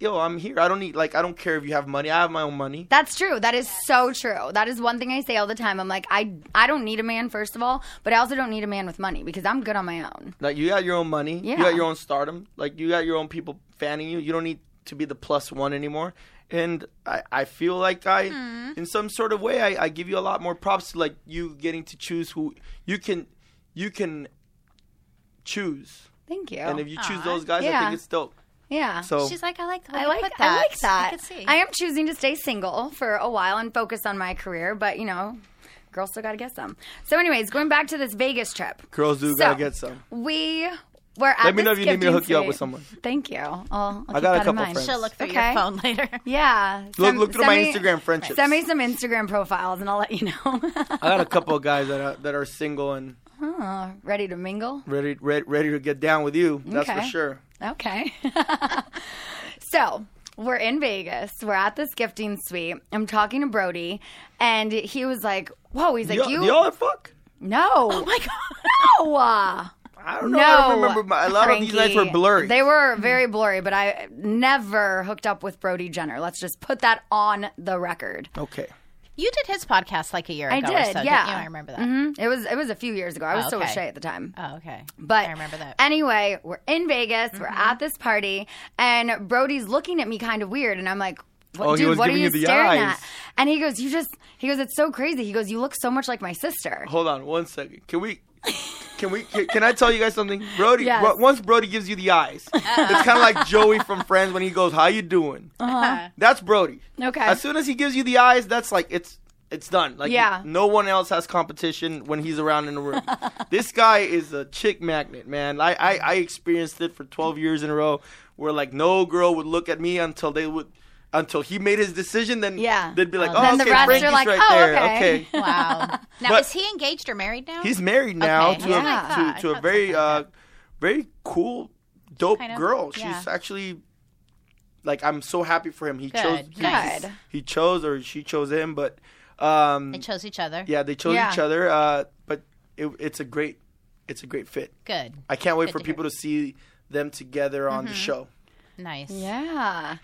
S4: yo, I'm here. I don't need like I don't care if you have money. I have my own money.
S2: That's true. That is so true. That is one thing I say all the time. I'm like, I, I don't need a man, first of all, but I also don't need a man with money because I'm good on my own.
S4: Like you got your own money.
S2: Yeah.
S4: You got your own stardom. Like you got your own people fanning you. You don't need to be the plus one anymore. And I, I feel like I,
S2: Mm-hmm.
S4: in some sort of way, I, I give you a lot more props to like you getting to choose who you can, you can choose.
S2: Thank you.
S4: And if you choose those guys, I
S2: Yeah.
S4: think it's dope.
S2: yeah.
S4: So
S5: She's like, I like. the way
S2: I
S5: you
S2: like
S5: put
S2: that.
S5: that.
S2: I like that.
S5: I could see.
S2: am choosing to stay single for a while and focus on my career, but you know, girls still got to get some. So, anyways, going back to this Vegas trip,
S4: girls do
S2: So,
S4: gotta get some.
S2: we were at
S4: Let me know
S2: this
S4: if you need me
S2: gifting
S4: to hook you up with
S2: suite.
S4: someone.
S2: Thank you. I'll, I'll keep
S4: got a
S2: that in
S4: couple
S2: mind.
S4: friends.
S5: She'll look through
S2: Okay.
S5: your phone later.
S2: Yeah.
S4: Look,
S2: Send-
S4: look through
S2: send
S4: my
S2: me-
S4: Instagram friendships.
S2: Send me some Instagram profiles and I'll let you know.
S4: I got a couple of guys that are, that are single and
S2: Ready to mingle?
S4: ready, ready ready to get down with you. That's for
S2: Okay.
S4: sure.
S2: Okay. so we're in Vegas. We're at this gifting suite. I'm talking to Brody, and he was like, "Whoa!" He's like,
S4: Y'all-
S2: "You
S4: y'all are fuck.
S2: no? Oh my god! No! Uh,
S4: I don't know.
S2: No,
S4: I don't remember. My, a lot of these nights
S2: Frankie.
S4: were blurry. Mm-hmm.
S2: They were very blurry, but I never hooked up with Brody Jenner. Let's just put that on the record.
S4: okay.
S5: You did his podcast like a year
S2: I
S5: ago. or
S2: did,
S5: so, didn't
S2: yeah.
S5: you? I remember that.
S2: Mhm. It was it was a few years ago. I was still with
S5: okay.
S2: Shay at the time.
S5: Oh, okay.
S2: But
S5: I remember that. Mm-hmm.
S2: Anyway, we're in Vegas. We're at this party, and Brody's looking at me kind of weird, and I'm like, what,
S4: Oh, he
S2: "Dude,
S4: was
S2: what are
S4: giving
S2: you
S4: you the
S2: staring
S4: eyes.
S2: at?" And he goes, "You just." He goes, "It's so crazy." He goes, "You look so much like my sister."
S4: Hold on one second. Can we? Can we? Can, can I tell you guys something, Brody?
S2: Yes.
S4: bro- once Brody gives you the eyes, it's kind of like Joey from Friends when he goes, "How you doing?" That's Brody.
S2: Uh-huh. Okay.
S4: As soon as he gives you the eyes, that's like it's it's done. Like
S2: Yeah.
S4: no one else has competition when he's around in the room. this guy is a chick magnet, man. I, I I experienced it for 12 years in a row, where like no girl would look at me until they would. Until he made his decision, then
S2: Yeah.
S4: they'd be like,
S2: Well,
S4: "Oh,
S2: then the
S4: okay,
S2: rest are
S4: Frankie's
S2: like,
S4: right
S2: "Oh,
S4: there."
S2: okay."
S4: okay.
S5: wow. Now
S4: But-
S5: is he engaged or married now?
S4: He's married now
S5: Okay.
S4: to,
S5: Yeah.
S2: Yeah.
S4: a,
S5: I
S4: to, to a
S5: thought
S4: very
S5: something like
S4: uh, very cool, dope
S5: Kind of,
S4: girl.
S5: yeah.
S4: She's actually like I'm so happy for him. He chose
S5: Good.
S4: he,
S5: Nice.
S2: Good.
S4: he chose or she chose him, but um,
S5: They chose each other.
S4: Yeah, they chose
S2: Yeah.
S4: each other. Uh, but it, it's a great, it's a great fit.
S5: Good.
S4: I can't wait
S5: Good
S4: for
S5: to hear. Mm-hmm.
S4: people to see them together on the show.
S5: Nice.
S2: Yeah.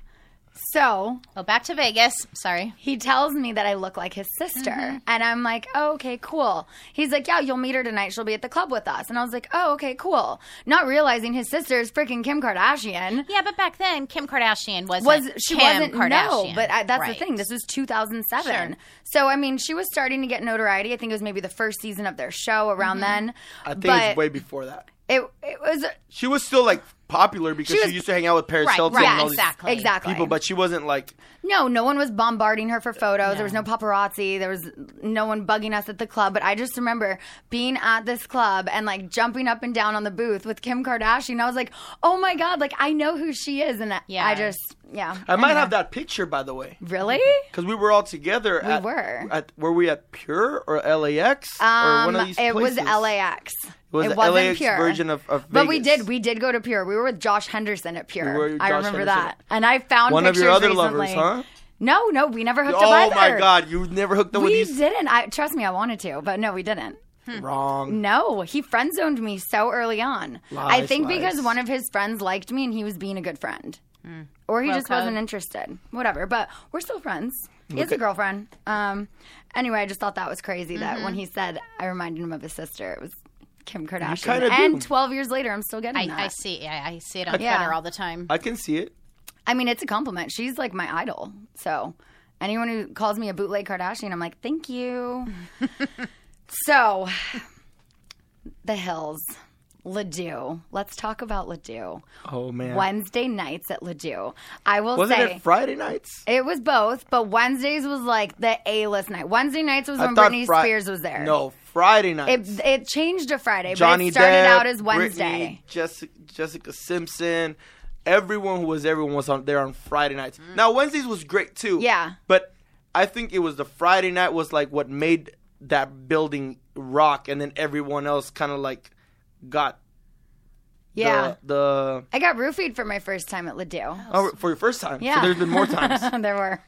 S2: So
S5: Oh, back to Vegas. Sorry.
S2: he tells me that I look like his sister.
S5: Mm-hmm.
S2: And I'm like, oh, okay, cool. He's like, yeah, you'll meet her tonight. She'll be at the club with us. And I was like, oh, okay, cool. Not realizing his sister is freaking Kim Kardashian.
S5: Yeah, but back then Kim Kardashian wasn't
S2: was she
S5: Kim
S2: wasn't
S5: Kardashian.
S2: no but I, that's
S5: Right.
S2: the thing this was 2007
S5: Sure.
S2: so i mean she was starting to get notoriety i think it was maybe the first season of their show around
S5: Mm-hmm.
S2: then
S4: I think
S2: but
S4: it's way before that.
S2: it, it was
S4: She was still like popular because
S2: She
S4: she,
S2: was-
S4: used to hang out with Paris
S5: Right,
S4: Hilton
S5: right,
S4: and all these
S5: exactly.
S2: exactly
S4: people, but she wasn't like
S2: no no one was bombarding her for photos there was no paparazzi there was no one bugging us at the club but i just remember being at this club and like jumping up and down on the booth with kim kardashian i was like oh my god like i know who she is and I-
S5: Yeah.
S2: i just yeah
S4: I might
S5: Uh-huh.
S4: have that picture by the way.
S2: really
S4: Because we were all together. We at,
S2: were. Um,
S4: At, were we at Pure or LAX or one of these
S2: it
S4: places?
S2: was LAX.
S4: was
S2: it
S4: the
S2: wasn't
S4: LAX
S2: pure.
S4: version of- of
S2: but we
S4: Vegas.
S2: did. We did go to Pure. We were with Josh Henderson at Pure.
S4: We were with
S2: I
S4: Josh
S2: remember
S4: Henderson.
S2: that. And I found
S4: One of your
S2: pictures
S4: other
S2: recently.
S4: lovers, huh?
S2: No, no, we never hooked
S4: Oh
S2: up either.
S4: my God! You never hooked up
S2: we
S4: with these.
S2: didn't. I trust me, I wanted to, but no, we didn't.
S4: Wrong.
S2: No, he friend zoned me so early on. I
S4: Lies,
S2: think because
S4: lies. Hmm.
S2: one of his friends liked me and he was being a good friend. Or he just
S5: code.
S2: wasn't interested. Whatever. But we're still friends. He has a girlfriend. Um anyway, I just thought that was crazy that
S4: Mm-hmm.
S2: when he said I reminded him of his sister, it was Kim Kardashian.
S4: kinda do.
S2: And twelve years later I'm still getting
S5: I,
S2: that.
S5: I see. I, I see it on
S2: Yeah.
S5: Twitter all the time.
S4: I can see it.
S2: I mean it's a compliment. She's like my idol. So anyone who calls me a bootleg Kardashian, I'm like, Thank you. so the hills. Ledoux. Let's talk about Ledoux.
S4: Oh man.
S2: Wednesday nights at Ledoux. I will
S4: Wasn't
S2: say
S4: it Friday nights?
S2: it was both, but Wednesdays was like the A list night. Wednesday nights was
S4: I
S2: when
S4: thought
S2: Britney
S4: Fri-
S2: Spears was there.
S4: No, Friday
S2: It,
S4: nights.
S2: it changed to Friday,
S4: Johnny
S2: but it started
S4: Depp,
S2: out as
S4: Britney,
S2: Wednesday.
S4: Jessica, Jessica Simpson, everyone who was everyone was on there on Friday nights. Now Wednesdays was great too.
S2: Mm. Yeah.
S4: but I think it was the Friday night was like what made that building rock, and then everyone else kind of like got
S2: Yeah.
S4: the,
S2: I got roofied for my first time at Ledoux.
S4: the oh, for your first time.
S2: Yeah.
S4: so there's been more times.
S2: there were.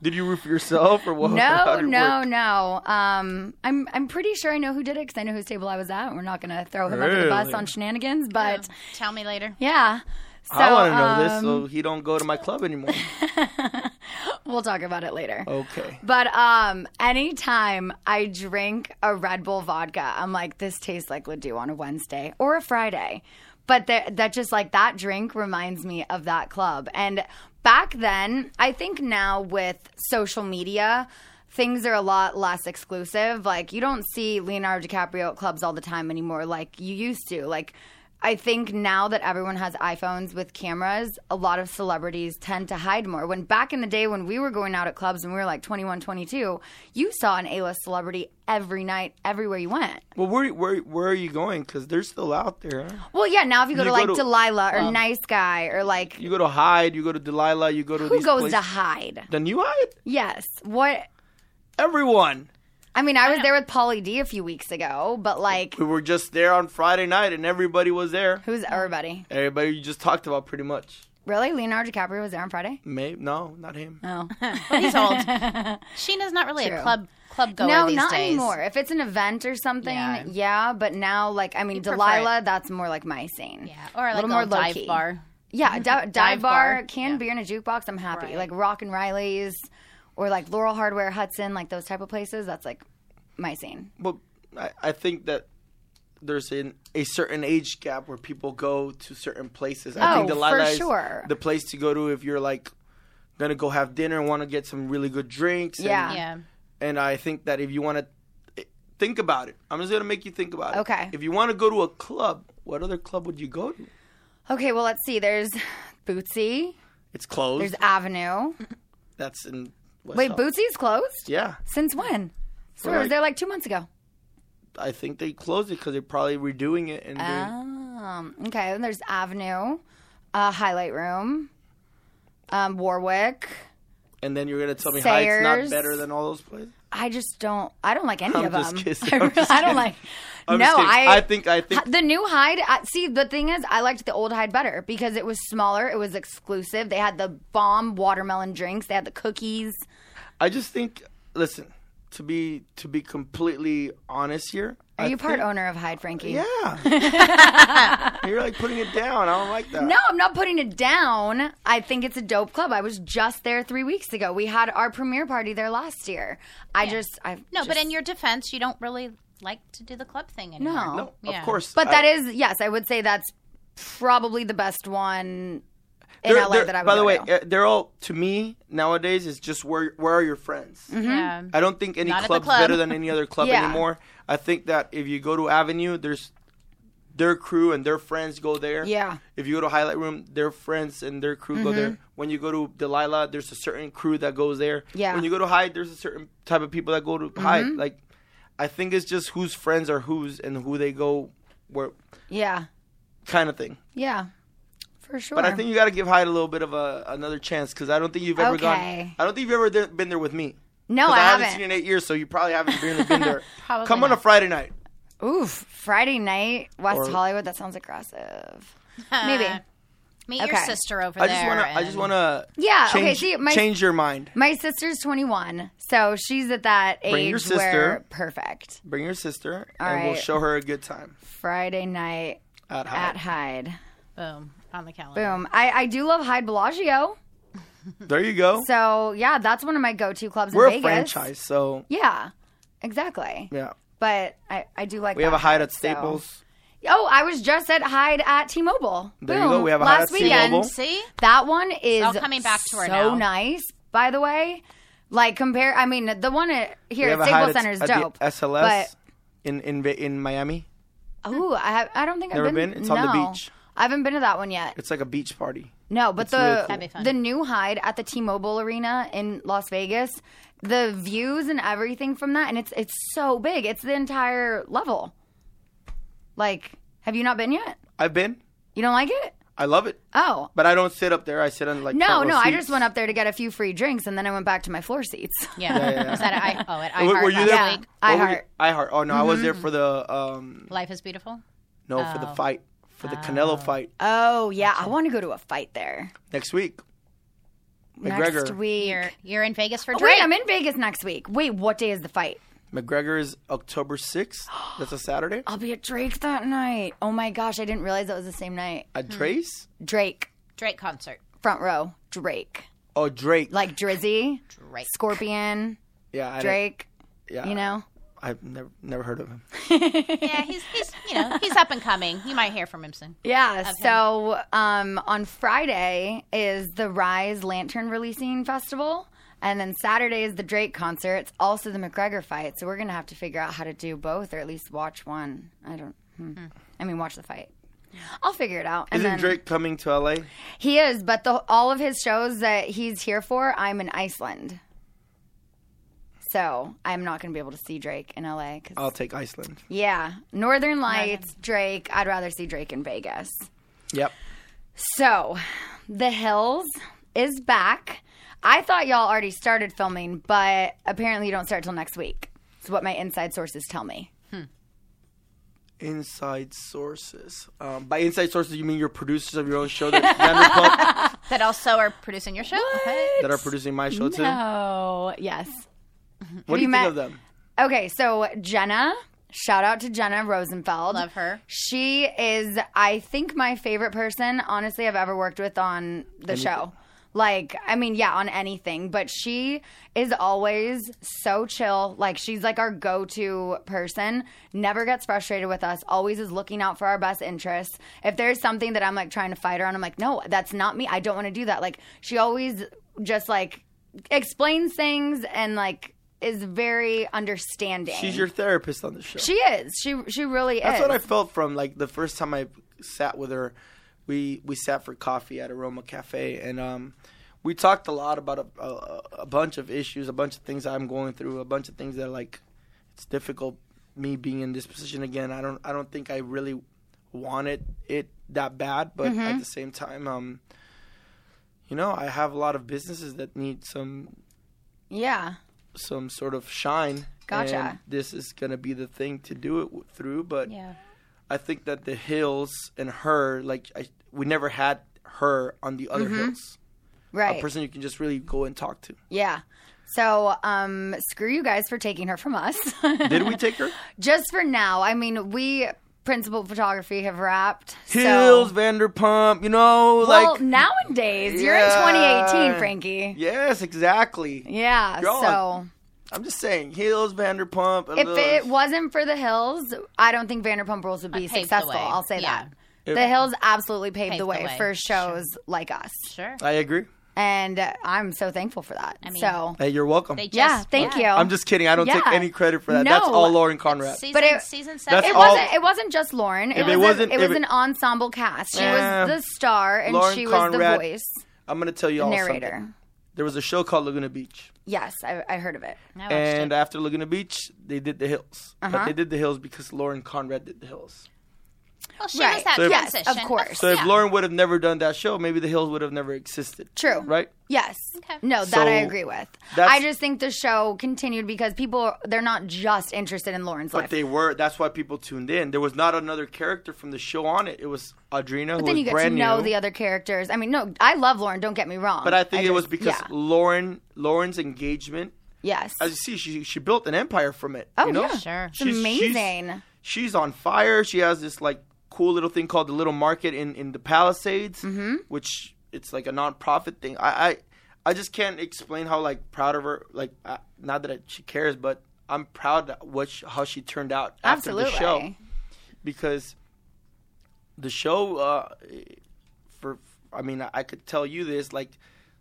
S4: Did you root for yourself or what? How
S2: No,
S4: did it
S2: no,
S4: work?
S2: no. Um, I'm I'm pretty sure I know who did it because I know whose table I was at. We're not going to throw him under the bus
S4: Really?
S2: on shenanigans, but
S5: Tell me later.
S2: yeah. So
S4: I want to know this
S2: um,
S4: so he don't go to my club anymore.
S2: we'll talk about it later.
S4: Okay.
S2: But um, anytime I drink a Red Bull vodka, I'm like, this tastes like Ledoux on a Wednesday or a Friday. But that, that just like that drink reminds me of that club. And back then, I think now with social media, things are a lot less exclusive. Like you don't see Leonardo DiCaprio at clubs all the time anymore, like you used to. Like. I think now that everyone has iPhones with cameras, a lot of celebrities tend to hide more. When back in the day when we were going out at clubs and we were like 21, 22, you saw an A-list celebrity every night everywhere you went.
S4: Well, where where where are you going? Because they're still out there. huh?
S2: Well, yeah, now if you go
S4: You
S2: to
S4: go
S2: like
S4: to- um,
S2: Delilah or Nice Guy or like
S4: You go to Hyde. You go to Delilah. You go to
S2: who
S4: these
S2: goes
S4: places.
S2: to hide?
S4: The new Hyde.
S2: Yes. What
S4: Everyone.
S2: I mean, I was there with Pauly D a few weeks ago, but like
S4: We were just there on Friday night, and everybody was there.
S2: who's everybody?
S4: Everybody you just talked about, pretty much.
S2: Really? Leonardo DiCaprio was there on Friday?
S4: Maybe no, not him.
S2: Oh.
S5: He's old. Sheena's not really a club club goer
S2: no,
S5: these
S2: not
S5: days.
S2: anymore. If it's an event or something, yeah.
S5: Yeah.
S2: but now, like, I mean,
S5: You prefer
S2: Delilah, that's more like my scene.
S5: Yeah, or like a
S2: little
S5: more
S2: more
S5: dive
S2: low-key.
S5: bar.
S2: Yeah, di- dive, bar,
S5: bar.
S2: canned beer in a jukebox. I'm happy.
S5: Right.
S2: Like Rock and Riley's, or like Laurel Hardware, Hudson, like those type of places. That's like my scene.
S4: But I, I think that there's an, a certain age gap where people go to certain places. I
S2: Oh,
S4: think
S2: for
S4: Delilah is
S2: sure.
S4: the place to go to if you're like gonna go have dinner and want to get some really good drinks. and-
S2: Yeah.
S5: Yeah.
S4: and I think that if you want to think about it, I'm just gonna make you think about it.
S2: Okay.
S4: If you want to go to a club, what other club would you go to?
S2: Okay, well, let's see. There's Bootsy.
S4: It's closed.
S2: There's Avenue.
S4: That's in West
S2: Wait,
S4: Hall.
S2: Bootsy's closed?
S4: Yeah,
S2: Since when? So I was
S4: like-
S2: there like two months ago.
S4: I think they closed it because they're probably redoing it and doing,
S2: Um, okay, and there's Avenue, uh, Highlight Room, um, Warwick.
S4: and then you're gonna tell me Hyde's
S2: Sayers.
S4: not better than all those places.
S2: I just don't. I don't like any
S4: I'm
S2: of
S4: just
S2: them.
S4: kidding.
S2: I,
S4: I'm just
S2: I don't
S4: kidding.
S2: like.
S4: I'm
S2: no,
S4: just kidding.
S2: I.
S4: I think I think
S2: the new Hyde. I, see, the thing is, I liked the old Hyde better because it was smaller. It was exclusive. They had the bomb watermelon drinks. They had the cookies.
S4: I just think. Listen, to be to be completely honest here.
S2: Are you part owner of Hide Frankie?
S4: Yeah. You're like putting it down. I don't like that.
S2: No, I'm not putting it down. I think it's a dope club. I was just there three weeks ago. We had our premiere party there last year. I just, I
S5: No, but
S2: just-
S5: in your defense, you don't really like to do the club thing anymore.
S2: no,
S4: No,
S5: Yeah.
S4: of course.
S2: but
S4: I-
S2: that is yes, I would say that's probably the best one in
S4: they're-
S2: LA
S4: they're-
S2: that I would.
S4: By the
S2: go
S4: way,
S2: to.
S4: uh, they're all to me nowadays is just where where are your friends?
S2: Mm.
S5: Yeah.
S2: Mm-hmm.
S4: I don't think any
S5: Not at the
S4: club's
S5: club.
S4: better than any other club
S2: Yeah.
S4: anymore. I think that if you go to Avenue, there's their crew and their friends go there.
S2: Yeah.
S4: If you go to Highlight Room, their friends and their crew go there.
S2: Mm-hmm.
S4: When you go to Delilah, there's a certain crew that goes there.
S2: Yeah. Mm-hmm.
S4: When you go to Hyde, there's a certain type of people that go to Hyde. Like, I think it's just whose friends are whose and who they go where,
S2: yeah,
S4: kind of thing.
S2: yeah, for sure.
S4: But I think you got to give Hyde a little bit of a, another chance because I don't think you've ever
S2: Okay.
S4: gone. I don't think you've ever th- been there with me.
S2: no,
S4: 'Cause
S2: I,
S4: I
S2: haven't.
S4: seen you in eight years, so you probably haven't really been there.
S5: Probably
S4: Come on
S5: not.
S4: a Friday night.
S2: Oof, Friday night, West
S4: Or-
S2: Hollywood. That sounds aggressive. Maybe.
S5: Meet your
S2: Okay.
S5: sister over
S4: I
S5: there.
S4: just want to. I just
S5: and-
S4: want to.
S2: Yeah, okay,
S4: Change,
S2: see, my-
S4: change your mind.
S2: My sister's 21, so she's at that
S4: Bring
S2: age
S4: your sister.
S2: where perfect.
S4: Bring your sister,
S2: All
S4: and we'll
S2: right.
S4: show her a good time
S2: Friday night
S4: at Hyde.
S2: at Hyde.
S5: Boom. On the calendar.
S2: Boom. I, I do love Hyde Bellagio.
S4: There you go.
S2: So, yeah, that's one of my go to clubs
S4: We're
S2: in
S4: a
S2: Vegas.
S4: franchise, so
S2: Yeah, exactly.
S4: yeah.
S2: But I, I do like
S4: We have
S2: that
S4: a Hyde at
S2: so-
S4: Staples.
S2: Oh, I was just at Hyde at T Mobile.
S4: There you go. We have a Hyde
S2: Last
S4: at
S2: weekend.
S4: T-Mobile.
S5: See?
S2: That one is
S5: all coming back to her
S2: so
S5: now.
S2: nice, by the way. Like, compare, I mean, the one at, here
S4: we
S2: at
S4: have a Hyde
S2: Staples
S4: at,
S2: Center is
S4: at
S2: dope.
S4: the SLS in in Va- in Miami.
S2: But, ooh, I, have, I don't think
S4: Never
S2: I've been.
S4: been? It's on the
S2: no.
S4: beach.
S2: I haven't been to that one yet.
S4: It's like a beach party.
S2: No, but
S4: It's really
S2: the
S4: cool. That'd
S5: be fun.
S2: the new Hyde at the T-Mobile Arena in Las Vegas, the views and everything from that, and it's it's so big. It's the entire level. Like, have you not been yet?
S4: I've been.
S2: You don't like it?
S4: I love it,
S2: Oh.
S4: but I don't sit up there. I sit on like
S2: No,
S4: front row
S2: no, I
S4: seats.
S2: just went up there to get a few free drinks and then I went back to my floor seats.
S5: Yeah.
S4: yeah.
S5: Was that at I, oh, at I
S4: Were-
S5: Heart
S4: were you
S5: last
S4: there?
S5: week?
S2: I
S4: What were you-
S2: heart.
S4: I heart. Oh no, I was there
S2: Mm-hmm.
S4: for the um
S5: Life is beautiful.
S4: no for the fight for the Canelo fight
S2: Oh, yeah, I want to go to a fight there.
S4: next week.
S2: Next
S4: McGregor.
S2: week.
S5: You're you're in Vegas for
S2: Oh,
S5: Drake.
S2: Wait, I'm in Vegas next week. Wait, what day is the fight?
S4: McGregor is October sixth. That's a Saturday.
S2: I'll be at Drake that night. Oh my gosh, I didn't realize that was the same night.
S4: At Trace.
S2: Drake.
S5: Drake concert.
S2: front row Drake,
S4: Oh Drake.
S2: like Drizzy,
S5: Drake.
S2: Scorpion,
S4: yeah, I don't-
S2: Drake.
S4: Yeah,
S2: You know,
S4: I've never never heard of him.
S5: Yeah, he's he's you know he's up and coming. You might hear from him soon.
S2: yeah. So um, on Friday is the Rise Lantern Releasing Festival, and then Saturday is the Drake concert. It's also the McGregor fight, so we're gonna have to figure out how to do both, or at least watch one. I don't. Hmm. I mean, watch the fight. I'll figure it out. And
S4: Isn't
S2: then
S4: Drake coming to LA?
S2: he is, but the, all of his shows that he's here for, I'm in Iceland. So I'm not going to be able to see Drake in LA. 'cause-
S4: I'll take Iceland.
S2: Yeah, Northern Lights, Drake. I'd rather see Drake in Vegas.
S4: Yep.
S2: So, The Hills is back. I thought y'all already started filming, but apparently you don't start till next week. It's what my inside sources tell me.
S4: Inside sources. Um, by inside sources, you mean your producers of your own show that, Vanderpump,
S5: That also are producing your show. Okay.
S4: that are producing my show too.
S2: Oh, yes.
S4: What do
S2: you
S4: you
S2: met-
S4: think of them?
S2: Okay, so Jenna, shout out to Jenna Rosenfeld.
S5: Love her.
S2: She is, I think, my favorite person, honestly, I've ever worked with on the show. Like, I mean, yeah, on anything, but she is always so chill. Like, she's like our go to person, never gets frustrated with us, always is looking out for our best interests. If there's something that I'm like trying to fight her on, I'm like, no, that's not me. I don't want to do that. Like, she always just like explains things and like is very understanding.
S4: She's your therapist on the show.
S2: She is. She she really
S4: That's
S2: is.
S4: what I felt from like the first time I sat with her. We we sat for coffee at Aroma Cafe, and um, we talked a lot about a, a, a bunch of issues, a bunch of things I'm going through, a bunch of things that like it's difficult me being in this position again. I don't I don't think I really wanted it that bad, but at the same time, um, you know, I have a lot of businesses that need some
S2: yeah.
S4: some sort of shine.
S2: Gotcha.
S4: And this is gonna be the thing to do it w- through, but
S5: Yeah.
S4: I think that the hills and her, like I, we never had her on the other hills.
S2: Mm-hmm. Right.
S4: A person you can just really go and talk to.
S2: yeah. So, um, screw you guys for taking her from us.
S4: Did we take her?
S2: Just for now. I mean, we principal photography have wrapped. so-
S4: Hills, Vanderpump, you know,
S2: Well,
S4: like
S2: nowadays you're
S4: Yeah.
S2: in 2018, Frankie.
S4: yes, exactly.
S2: Yeah.
S4: You're on.
S2: so
S4: I'm just saying, Hills, Vanderpump. a
S2: if
S4: little-
S2: it wasn't for the Hills, I don't think Vanderpump Rules would be
S5: Paved the
S2: successful.
S5: way.
S2: I'll say
S5: Yeah.
S2: that. the Hills absolutely paved,
S5: Paved
S2: the,
S5: the
S2: way
S5: way.
S2: for shows like us,
S5: Sure.
S4: I agree.
S2: and uh, I'm so thankful for that.
S5: mean,
S2: so
S4: Hey, you're welcome.
S5: They just,
S2: yeah, thank you.
S4: I'm just kidding. I don't take
S2: Yeah.
S4: any credit for that. That's
S2: No.
S4: all Lauren Conrad.
S5: Season,
S2: But it-
S5: season seven.
S4: That's
S2: It
S4: all-
S2: wasn't. It wasn't just Lauren. It,
S4: Oh. If it
S2: was
S4: wasn't-
S2: A, it
S4: if
S2: was
S4: it-
S2: an ensemble cast. She
S4: Yeah.
S2: was the star, and
S4: Lauren
S2: she was
S4: Conrad,
S2: the voice
S4: I'm gonna tell you all
S2: narrator.
S4: something. There was a show called Laguna Beach,
S2: Yes, I, I heard of it.
S5: I watched
S4: and
S5: it.
S4: after Laguna Beach, they did the Hills.
S2: Uh-huh.
S4: But they did the Hills because Lauren Conrad did the Hills.
S5: well, she
S2: Right.
S5: was that
S4: So if-
S2: Yes,
S5: transition.
S2: of course.
S4: So if Lauren would have never done that show, maybe the Hills would have never existed.
S2: True.
S4: Right?
S2: Yes. No, that
S4: So,
S2: I agree with.
S4: that's-
S2: I just think the show continued because people they're not just interested in Lauren's
S4: But
S2: life.
S4: they were. That's why people tuned in. There was not another character from the show on it. It was Audrina, who
S2: but then
S4: was
S2: you get to
S4: brand
S2: know
S4: new.
S2: the other characters. I mean, no, I love Lauren. Don't get me wrong.
S4: but I think it
S2: just-
S4: was because
S2: yeah.
S4: Lauren Lauren's engagement.
S2: yes,
S4: As you see, she she built an empire from it.
S2: Oh,
S4: you know?
S2: yeah.
S5: Sure.
S2: it's amazing.
S4: she's on fire. She has this like cool little thing called the Little Market in in the Palisades, which it's like a nonprofit thing. I, I I just can't explain how like proud of her. Like uh, not that I, she cares, but I'm proud that what she, how she turned out after
S2: Absolutely.
S4: the show because the show uh, for I mean I could tell you this like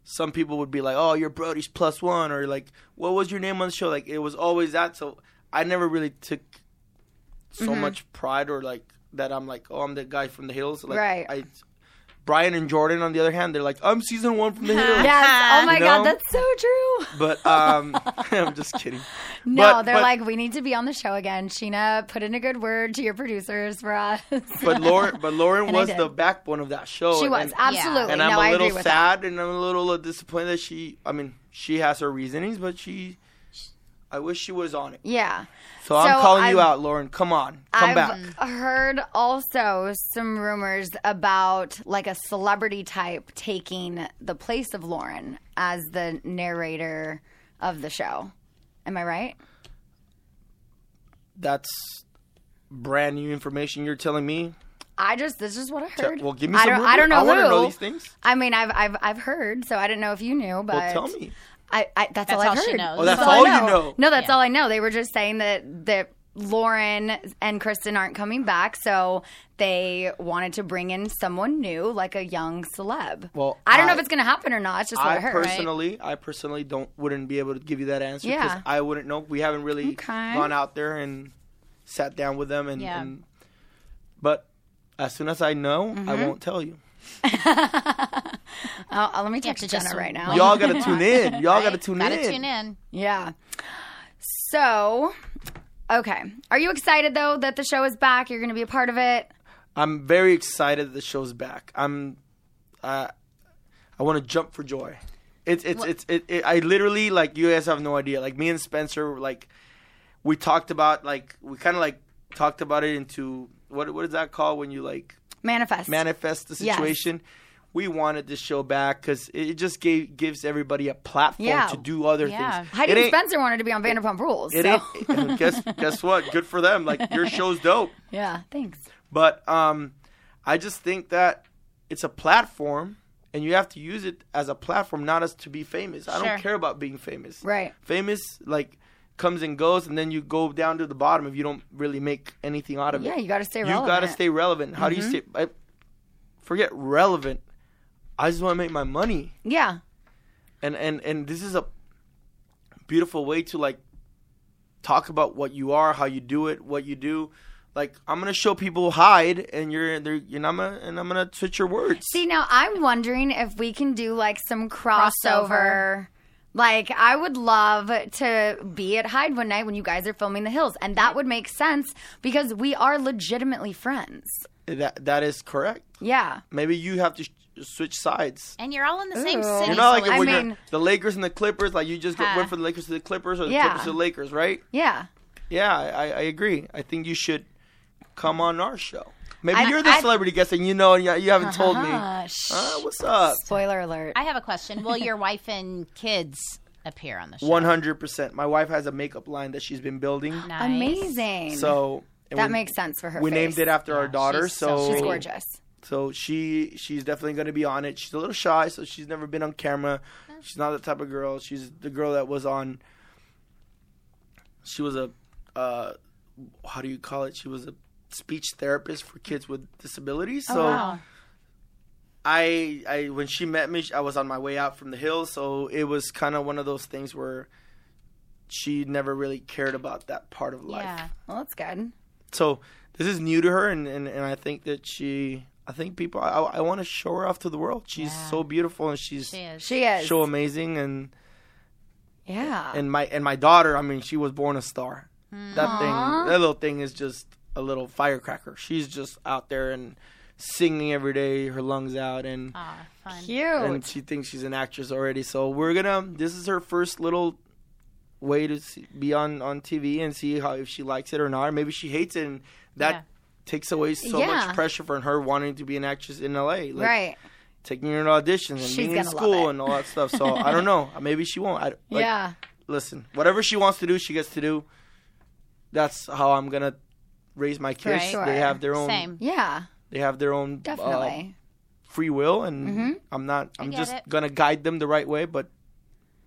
S4: some people would be like oh you're Brody's plus one or like what was your name on the show like it was always that so I never really took so
S2: Mm-hmm.
S4: much pride or like that I'm like oh I'm the guy from the hills like
S2: Right.
S4: I Brian and Jordan on the other hand they're like I'm season one from the hills
S2: Yes. Oh my
S4: You know?
S2: God, that's so true.
S4: but um I'm just kidding
S2: No,
S4: But-
S2: they're
S4: but-
S2: like, we need to be on the show again. Sheena, put in a good word to your producers for us.
S4: but Lauren but Lauren
S2: And I
S4: was
S2: did.
S4: the backbone of that show
S2: she
S4: and-
S2: was
S4: and-
S2: absolutely.
S4: and
S2: no,
S4: I'm
S2: I
S4: a
S2: agree
S4: little
S2: with that.
S4: sad and I'm a little disappointed that she. I mean, she has her reasonings, but she. I wish she was on it.
S2: Yeah.
S4: So, I'm
S2: So
S4: calling you
S2: I've-
S4: out, Lauren. Come on, come
S2: I've
S4: back.
S2: heard also some rumors about like a celebrity type taking the place of Lauren as the narrator of the show. Am I right?
S4: That's brand new information you're telling me.
S2: I just this is what I
S4: Te-
S2: heard.
S4: Well, give me
S2: I
S4: some.
S2: don't, I don't know
S4: rumor. I wanna
S2: who.
S4: know these things.
S2: I mean, I've I've I've heard, so I didn't know if you knew, but
S4: Well, tell me.
S2: I, I that's, all,
S5: all
S2: I've heard.
S5: she knows.
S4: Oh, that's all you know.
S2: No, that's all I know. They were just saying that that Lauren and Kristen aren't coming back, so they wanted to bring in someone new, like a young celeb.
S4: Well,
S2: I don't know
S4: I-
S2: if it's going to happen or not. It's just what I,
S4: I
S2: heard.
S4: personally, I personally don't wouldn't be able to give you that answer because
S2: Yeah.
S4: I wouldn't know. We haven't really
S2: Okay.
S4: gone out there and sat down with them and.
S5: Yeah.
S4: and but as soon as I know, I
S2: Mm-hmm.
S4: won't tell you.
S2: Oh, oh, let me
S5: You have
S2: text
S5: to just
S2: Jenna right now.
S4: Y'all gotta tune in. Y'all all gotta
S5: Right?
S4: tune
S5: Gotta
S4: in.
S5: tune in.
S2: Yeah. So, okay, are you excited though that the show is back? You're going to be a part of it.
S4: I'm very excited that the show's back. I'm, uh, I want to jump for joy. It's it's it's it, it. I literally like you guys have no idea. Like me and Spencer, were, like we talked about like we kind of like talked about it into what what is that called when you like
S2: Manifest.
S4: manifest the
S2: Yes.
S4: situation. We wanted this show back because it it just gave gives everybody a platform
S2: Yeah.
S4: to do other
S5: Yeah.
S4: things.
S2: Heidi
S4: It
S2: and
S4: ain't-
S2: Spencer wanted to be on Vanderpump Rules.
S4: It
S2: so.
S4: ain't, guess guess what? Good for them. Like your show's dope.
S2: Yeah, thanks.
S4: But um, I just think that it's a platform, and you have to use it as a platform, not as to be famous. I
S5: Sure.
S4: don't care about being famous.
S2: Right.
S4: Famous like comes and goes, and then you go down to the bottom if you don't really make anything out of
S2: Yeah,
S4: it.
S2: you got to stay
S4: you
S2: relevant. Mm-hmm.
S4: gotta stay relevant. How do you stay? I, forget relevant. I just want to make my money,
S2: Yeah.
S4: and and and this is a beautiful way to like talk about what you are, how you do it, what you do. Like I'm gonna show people hide, and you're they're, and I'm gonna and I'm gonna switch your words.
S2: See, now I'm wondering if we can do like some crossover.
S5: Crossover.
S2: Like, I would love to be at Hyde one night when you guys are filming The Hills, and that would make sense because we are legitimately friends.
S4: that that is correct.
S2: Yeah.
S4: Maybe you have to sh- switch sides.
S5: And you're all in the same
S2: Ooh.
S5: city.
S4: You're not like
S5: so
S2: I
S4: when
S5: it's-
S2: mean-
S4: you're the Lakers and the Clippers. Like you just go,
S5: Huh.
S4: went for the Lakers to the Clippers or the
S2: Yeah.
S4: Clippers to the Lakers, right?
S2: Yeah.
S4: Yeah, I, I I agree. I think you should come on our show. Maybe
S2: I-
S4: you're the
S2: I-
S4: celebrity guest and you know and you, you haven't told me.
S2: Ah, shh.
S4: Uh, what's up?
S2: Spoiler alert.
S5: I have a question. Will your wife and kids appear on the show.
S4: One hundred percent. My wife has a makeup line that she's been building.
S5: Nice.
S2: Amazing.
S4: So and
S2: that
S4: we-
S2: makes sense for her.
S4: We
S2: face.
S4: named it after our daughter,
S5: she's so
S4: so
S2: She's gorgeous.
S4: So she she's definitely gonna be on it. She's a little shy, so she's never been on camera. She's not that type of girl. She's the girl that was on. She was a, uh, how do you call it? She was a speech therapist for kids with disabilities. So
S5: wow.
S4: I I when she met me, I was on my way out from the hills, so it was kind of one of those things where she never really cared about that part of life
S5: Yeah.
S2: Well, that's good.
S4: so this is new to her and, and, and i think that she i think people i, I want to show her off to the world she's so beautiful and she's
S5: She is.
S2: She is.
S4: so amazing and
S2: yeah.
S4: and my and my daughter i mean she was born a star
S5: Hmm.
S4: that thing that little thing is just a little firecracker she's just out there and singing every day her lungs out and
S5: Aw, fun.
S2: Cute.
S4: and she thinks she's an actress already so we're gonna this is her first little way to see, be on on tv and see how if she likes it or not or maybe she hates it and that
S5: Yeah.
S4: takes away so
S2: Yeah.
S4: much pressure from her wanting to be an actress in la like
S2: right.
S4: taking her to auditions and
S2: She's
S4: being in
S2: gonna love
S4: school
S2: it.
S4: and all that stuff so i don't know maybe she won't I, like,
S2: yeah.
S4: listen whatever she wants to do she gets to do that's how i'm gonna raise my kids
S5: Right.
S2: Sure.
S4: they have their own
S5: Same.
S2: Yeah.
S4: they have their own uh,
S2: Definitely.
S4: free will and
S2: Mm-hmm.
S4: I'm not I'm
S5: get
S4: just
S5: it.
S4: going to guide them the right way but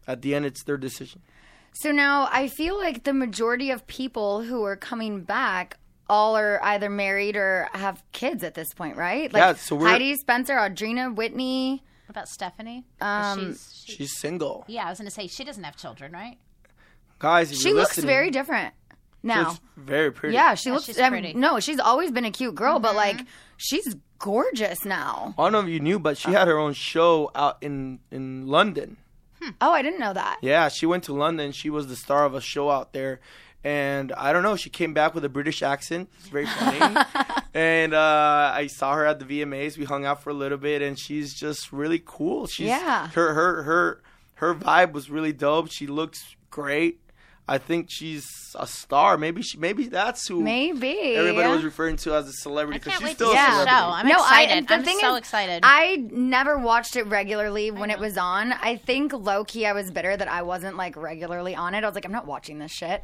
S4: at the end it's their decision.
S2: So now I feel like the majority of people who are coming back all are either married or have kids at this point, right? Like
S4: Yeah, so we're-
S2: Heidi Spencer, Audrina, Whitney.
S5: What about Stephanie?
S2: Um,
S5: she's, she,
S4: She's single.
S5: yeah, I was going to say she doesn't have children, right?
S4: Guys, if
S2: She
S4: you're
S2: looks
S4: listening,
S2: very different now.
S4: She's very pretty.
S2: yeah, she looks.
S5: she's
S2: I
S5: pretty. Mm-hmm.
S2: mean, no, she's always been a cute girl, but like she's gorgeous now.
S4: I don't know if you knew but she had her own show out in in London.
S2: Oh, I didn't know that.
S4: Yeah, she went to London. She was the star of a show out there. And I don't know, she came back with a British accent. It's very funny. and uh, I saw her at the VMAs. We hung out for a little bit and she's just really cool. She's
S2: Yeah.
S4: her her her her vibe was really dope. She looks great. I think she's a star. Maybe she maybe that's who
S2: Maybe
S4: everybody was referring to as a celebrity
S5: I
S4: because
S5: can't
S4: she's
S5: wait
S4: still a
S5: to see
S2: Yeah.
S5: the
S4: celebrity.
S5: show. I'm excited.
S2: and the
S5: I'm
S2: thing
S5: so
S2: is,
S5: excited.
S2: I never watched it regularly when it was on. I think low key I was bitter that I wasn't like regularly on it. I was like, I'm not watching this shit.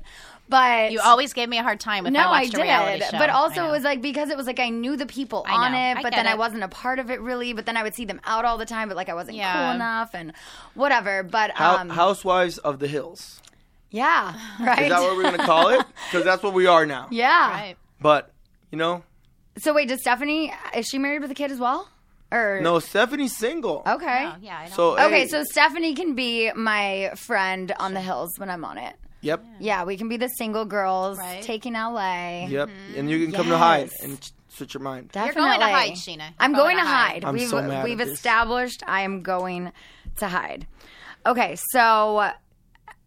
S2: But
S5: you always gave me a hard time if
S2: no,
S5: I
S2: I,
S5: watched a reality
S2: did.
S5: show.
S2: But
S5: I
S2: also it
S5: know.
S2: was like because it was like I knew the people
S5: I
S2: on
S5: know.
S2: it,
S5: I
S2: but
S5: get
S2: then I
S5: it.
S2: wasn't a part of it really. But then I would see them out all the time, but like I wasn't
S5: Yeah.
S2: cool enough and whatever. But
S4: Hou-
S2: um,
S4: Housewives of the Hills.
S2: yeah, right.
S4: Is that what we're gonna call it? Because that's what we are now.
S2: yeah.
S5: Right.
S4: But you know,
S2: So wait, does Stephanie is she married with a kid as well? Or
S4: no, Stephanie's single.
S2: Okay.
S5: Oh, yeah, I don't
S4: So
S2: Okay,
S4: hey,
S2: so Stephanie can be my friend on the hills when I'm on it.
S4: yep,
S2: Yeah, we can be the single girls
S5: Right.
S2: taking LA.
S4: yep, and you can come to hide
S2: Mm-hmm. Yes.
S4: and ch- switch your mind.
S5: You're going to
S2: Definitely.
S5: hide, Sheena. You're
S2: I'm going, to hide.
S4: I'm
S2: we've
S4: so mad at
S2: we've
S4: this.
S2: established I am going to hide. Okay, so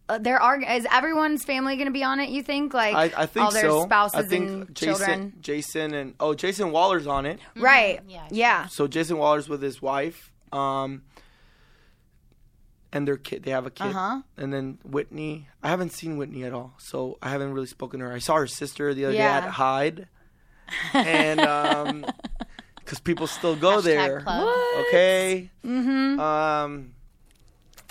S2: uh, there are is everyone's family going to be on it? You think like
S4: I, I think
S2: all their
S4: so.
S2: spouses
S4: I think
S2: and
S4: Jason,
S2: children, Mm-hmm.
S4: Jason and oh, Jason Waller's on it.
S2: right?
S5: Mm-hmm. Yeah, I see.
S2: yeah,
S4: So Jason Waller's with his wife, um, and their kid. They have a kid,
S2: Uh-huh.
S4: and then Whitney. I haven't seen Whitney at all, so I haven't really spoken to her. I saw her sister the other day
S2: Yeah.
S4: at Hyde, and because people still go there.
S5: Hashtag plug.
S4: Okay. Mm-hmm. Um.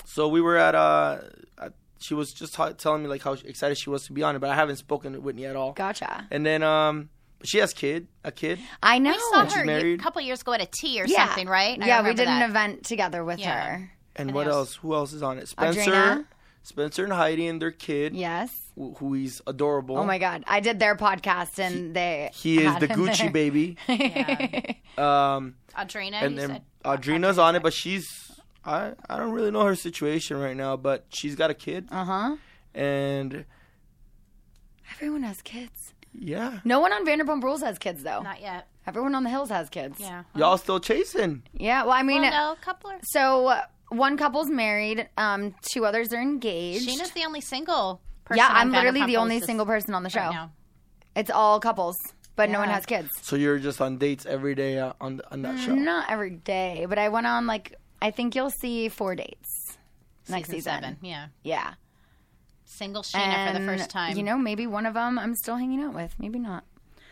S4: So we were at uh, at- she was just t- telling me like how excited she was to be on it, but I haven't spoken to Whitney at all.
S2: gotcha.
S4: And then um, but she has kid, a kid.
S2: I know.
S5: I saw
S4: she's
S5: her a
S4: married.
S5: couple years ago at a tea or
S2: yeah.
S5: something, right? I
S2: yeah, we
S5: remember
S2: did
S5: that.
S2: an event together with
S5: Yeah.
S2: her.
S4: And what
S5: else?
S4: else? Who else is on it? Spencer,
S2: Audrina?
S4: Spencer and Heidi and their kid,
S2: Yes.
S4: wh- who he's adorable.
S2: Oh my god, I did their podcast and they
S4: He is
S2: had
S4: the
S2: him
S4: Gucci
S2: there.
S4: baby. Um,
S5: Audrina.
S4: and
S5: you
S4: then
S5: said?
S4: Audrina's on it, but she's I I don't really know her situation right now, but she's got a kid,
S2: Uh huh.
S4: and
S2: Everyone has kids.
S4: yeah,
S2: No one on Vanderpump Rules has kids though.
S5: Not yet.
S2: Everyone on the Hills has kids.
S5: Yeah.
S4: y'all still chasing.
S2: Yeah, Well, I mean,
S5: Well, no, coupler.
S2: so uh, one couple's married. Um, two others are engaged.
S5: Sheena's the only single. person
S2: yeah,
S5: on
S2: I'm literally
S5: Vanderpump
S2: the only
S5: Rules
S2: single person on the show.
S5: right now.
S2: It's all couples, but no one
S5: Yeah.
S2: has kids.
S4: So you're just on dates every day uh, on th- on that show.
S2: Not every day, but I went on like I think you'll see four dates next
S5: Season
S2: season.
S5: seven. Yeah,
S2: Yeah,
S5: single Sheena for the first time.
S2: You know, maybe one of them I'm still hanging out with. Maybe not.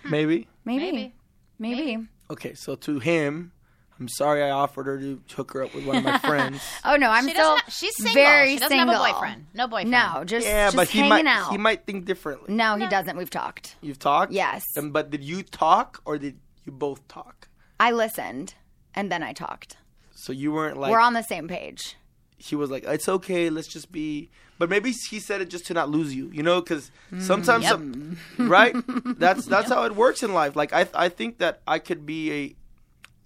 S4: Maybe
S2: Maybe.
S5: Maybe.
S2: Maybe.
S4: okay. So to him, I'm sorry I offered her to hook her up with one of my friends.
S2: Oh no, I'm
S5: She
S2: still
S5: doesn't. Have, she's single.
S2: very
S5: she doesn't
S2: single.
S5: have a boyfriend. No boyfriend.
S2: No, just
S4: Yeah,
S2: just
S4: but he
S2: hanging
S4: might
S2: out.
S4: he might think differently.
S2: no, he doesn't. We've talked.
S4: You've talked?
S2: Yes.
S4: And, but did you talk or did you both talk?
S2: I listened and then I talked.
S4: So you weren't like
S2: We're on the same page.
S4: he was like, "It's okay, let's just be." But maybe he said it just to not lose you, you know, because sometimes, some- right? That's that's how it works in life. Like I, I think that I could be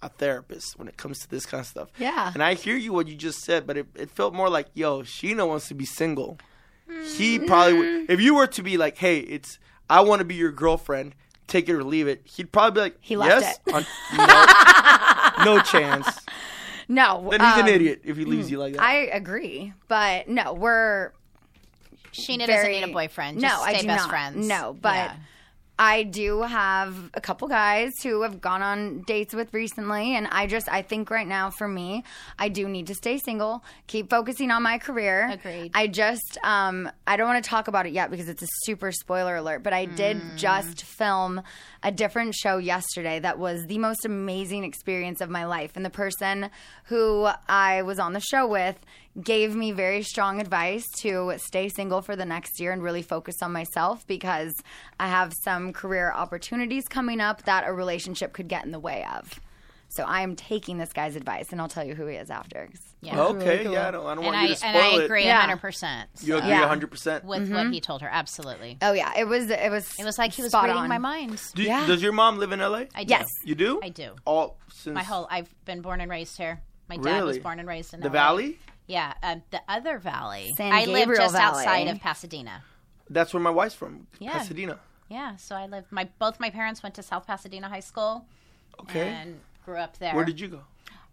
S4: a a therapist when it comes to this kind of stuff.
S2: Yeah.
S4: And I hear you what you just said, but it, it felt more like, "Yo, Sheena wants to be single." He
S2: Mm.
S4: probably would. If you were to be like, "Hey, it's I want to be your girlfriend." Take it or leave it. He'd probably be like,
S2: He left
S4: "Yes, on- no, no chance."
S2: No,
S4: Then he's
S2: um,
S4: an idiot if he leaves you like that.
S2: I agree, but no, we're
S5: Sheena doesn't
S2: very-
S5: need a boyfriend.
S2: no,
S5: Just stay
S2: I do
S5: best
S2: not.
S5: friends.
S2: No, but
S5: Yeah.
S2: I do have a couple guys who have gone on dates with recently, and I just I think right now for me, I do need to stay single, keep focusing on my career.
S5: Agreed.
S2: I just um I don't want to talk about it yet because it's a super spoiler alert, but I did
S5: Mm.
S2: just film a different show yesterday that was the most amazing experience of my life, and the person who I was on the show with gave me very strong advice to stay single for the next year and really focus on myself because I have some career opportunities coming up that a relationship could get in the way of. So I am taking this guy's advice, and I'll tell you who he is after.
S5: Yeah.
S4: Okay, yeah, I don't, I don't
S5: And
S4: want
S5: I
S4: you to spoil
S5: and I
S4: it.
S5: agree
S2: Yeah.
S5: hundred percent
S4: You agree
S2: Yeah.
S4: 100%.
S5: with what he told her. Absolutely.
S2: Oh yeah, it was it was
S5: It was like he was
S2: spot
S5: reading
S2: on.
S5: my mind.
S4: Do you-
S2: Yeah.
S4: Does your mom live in LA?
S5: I do.
S2: Yes.
S4: you do?
S5: I do.
S4: All since
S5: My whole I've been born and raised here. My dad was
S4: Really?
S5: born and raised in
S4: the
S5: LA.
S4: Valley?
S5: Yeah, um, the other valley.
S2: San
S5: I live
S2: Gabriel
S5: just
S2: Valley.
S5: outside of Pasadena.
S4: That's where my wife's from,
S5: Yeah.
S4: Pasadena.
S5: Yeah, so I lived. My both my parents went to South Pasadena High School
S4: Okay.
S5: and grew up there.
S4: where did you go?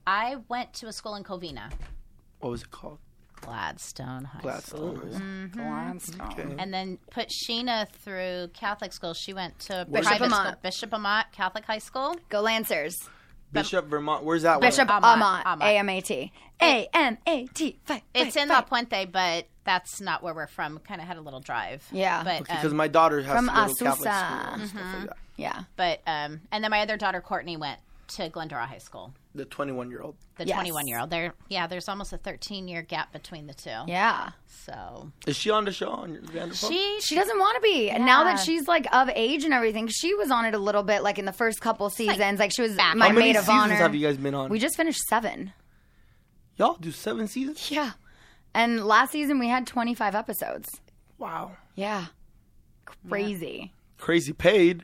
S5: I went to a school in Covina,
S4: What was it called?
S5: Gladstone High School,
S4: Gladstone.
S5: Mm-hmm. and then put Sheena through Catholic school. She went to
S4: Bishop
S5: private school,
S2: Amant.
S5: Bishop Amant Catholic High School.
S2: Go Lancers.
S4: Bishop, Vermont. Where's that
S2: Bishop
S4: one?
S5: Amont,
S2: Amont.
S5: Amont.
S2: A M A T. A M A T. Fight,
S5: It's
S2: fight,
S5: in La
S2: fight.
S5: Puente, but that's not where we're from. Kind of had a little drive.
S2: Yeah.
S5: but
S4: Because
S5: um,
S4: my daughter has
S2: From
S4: to go to Catholic
S2: Azusa.
S4: school and
S5: Mm-hmm.
S4: stuff like that.
S2: Yeah.
S5: but um, and then my other daughter Courtney went to Glendora High School.
S4: The 21 year old.
S5: The
S2: Yes.
S5: 21 year old. There, yeah, there's almost a 13 year gap between the two.
S2: Yeah.
S5: So
S4: Is she on the show on your Vanderpump?
S5: she
S2: She doesn't want to be. And now that she's like of age and everything, she was on it a little bit like in the first couple seasons. Like, she was my
S4: How many
S2: maid of
S4: seasons
S2: honor.
S4: have you guys been on?
S2: we just finished seven.
S4: Y'all do seven seasons?
S2: Yeah. And last season we had 25 episodes.
S4: Wow.
S2: Yeah. Crazy.
S4: Crazy paid.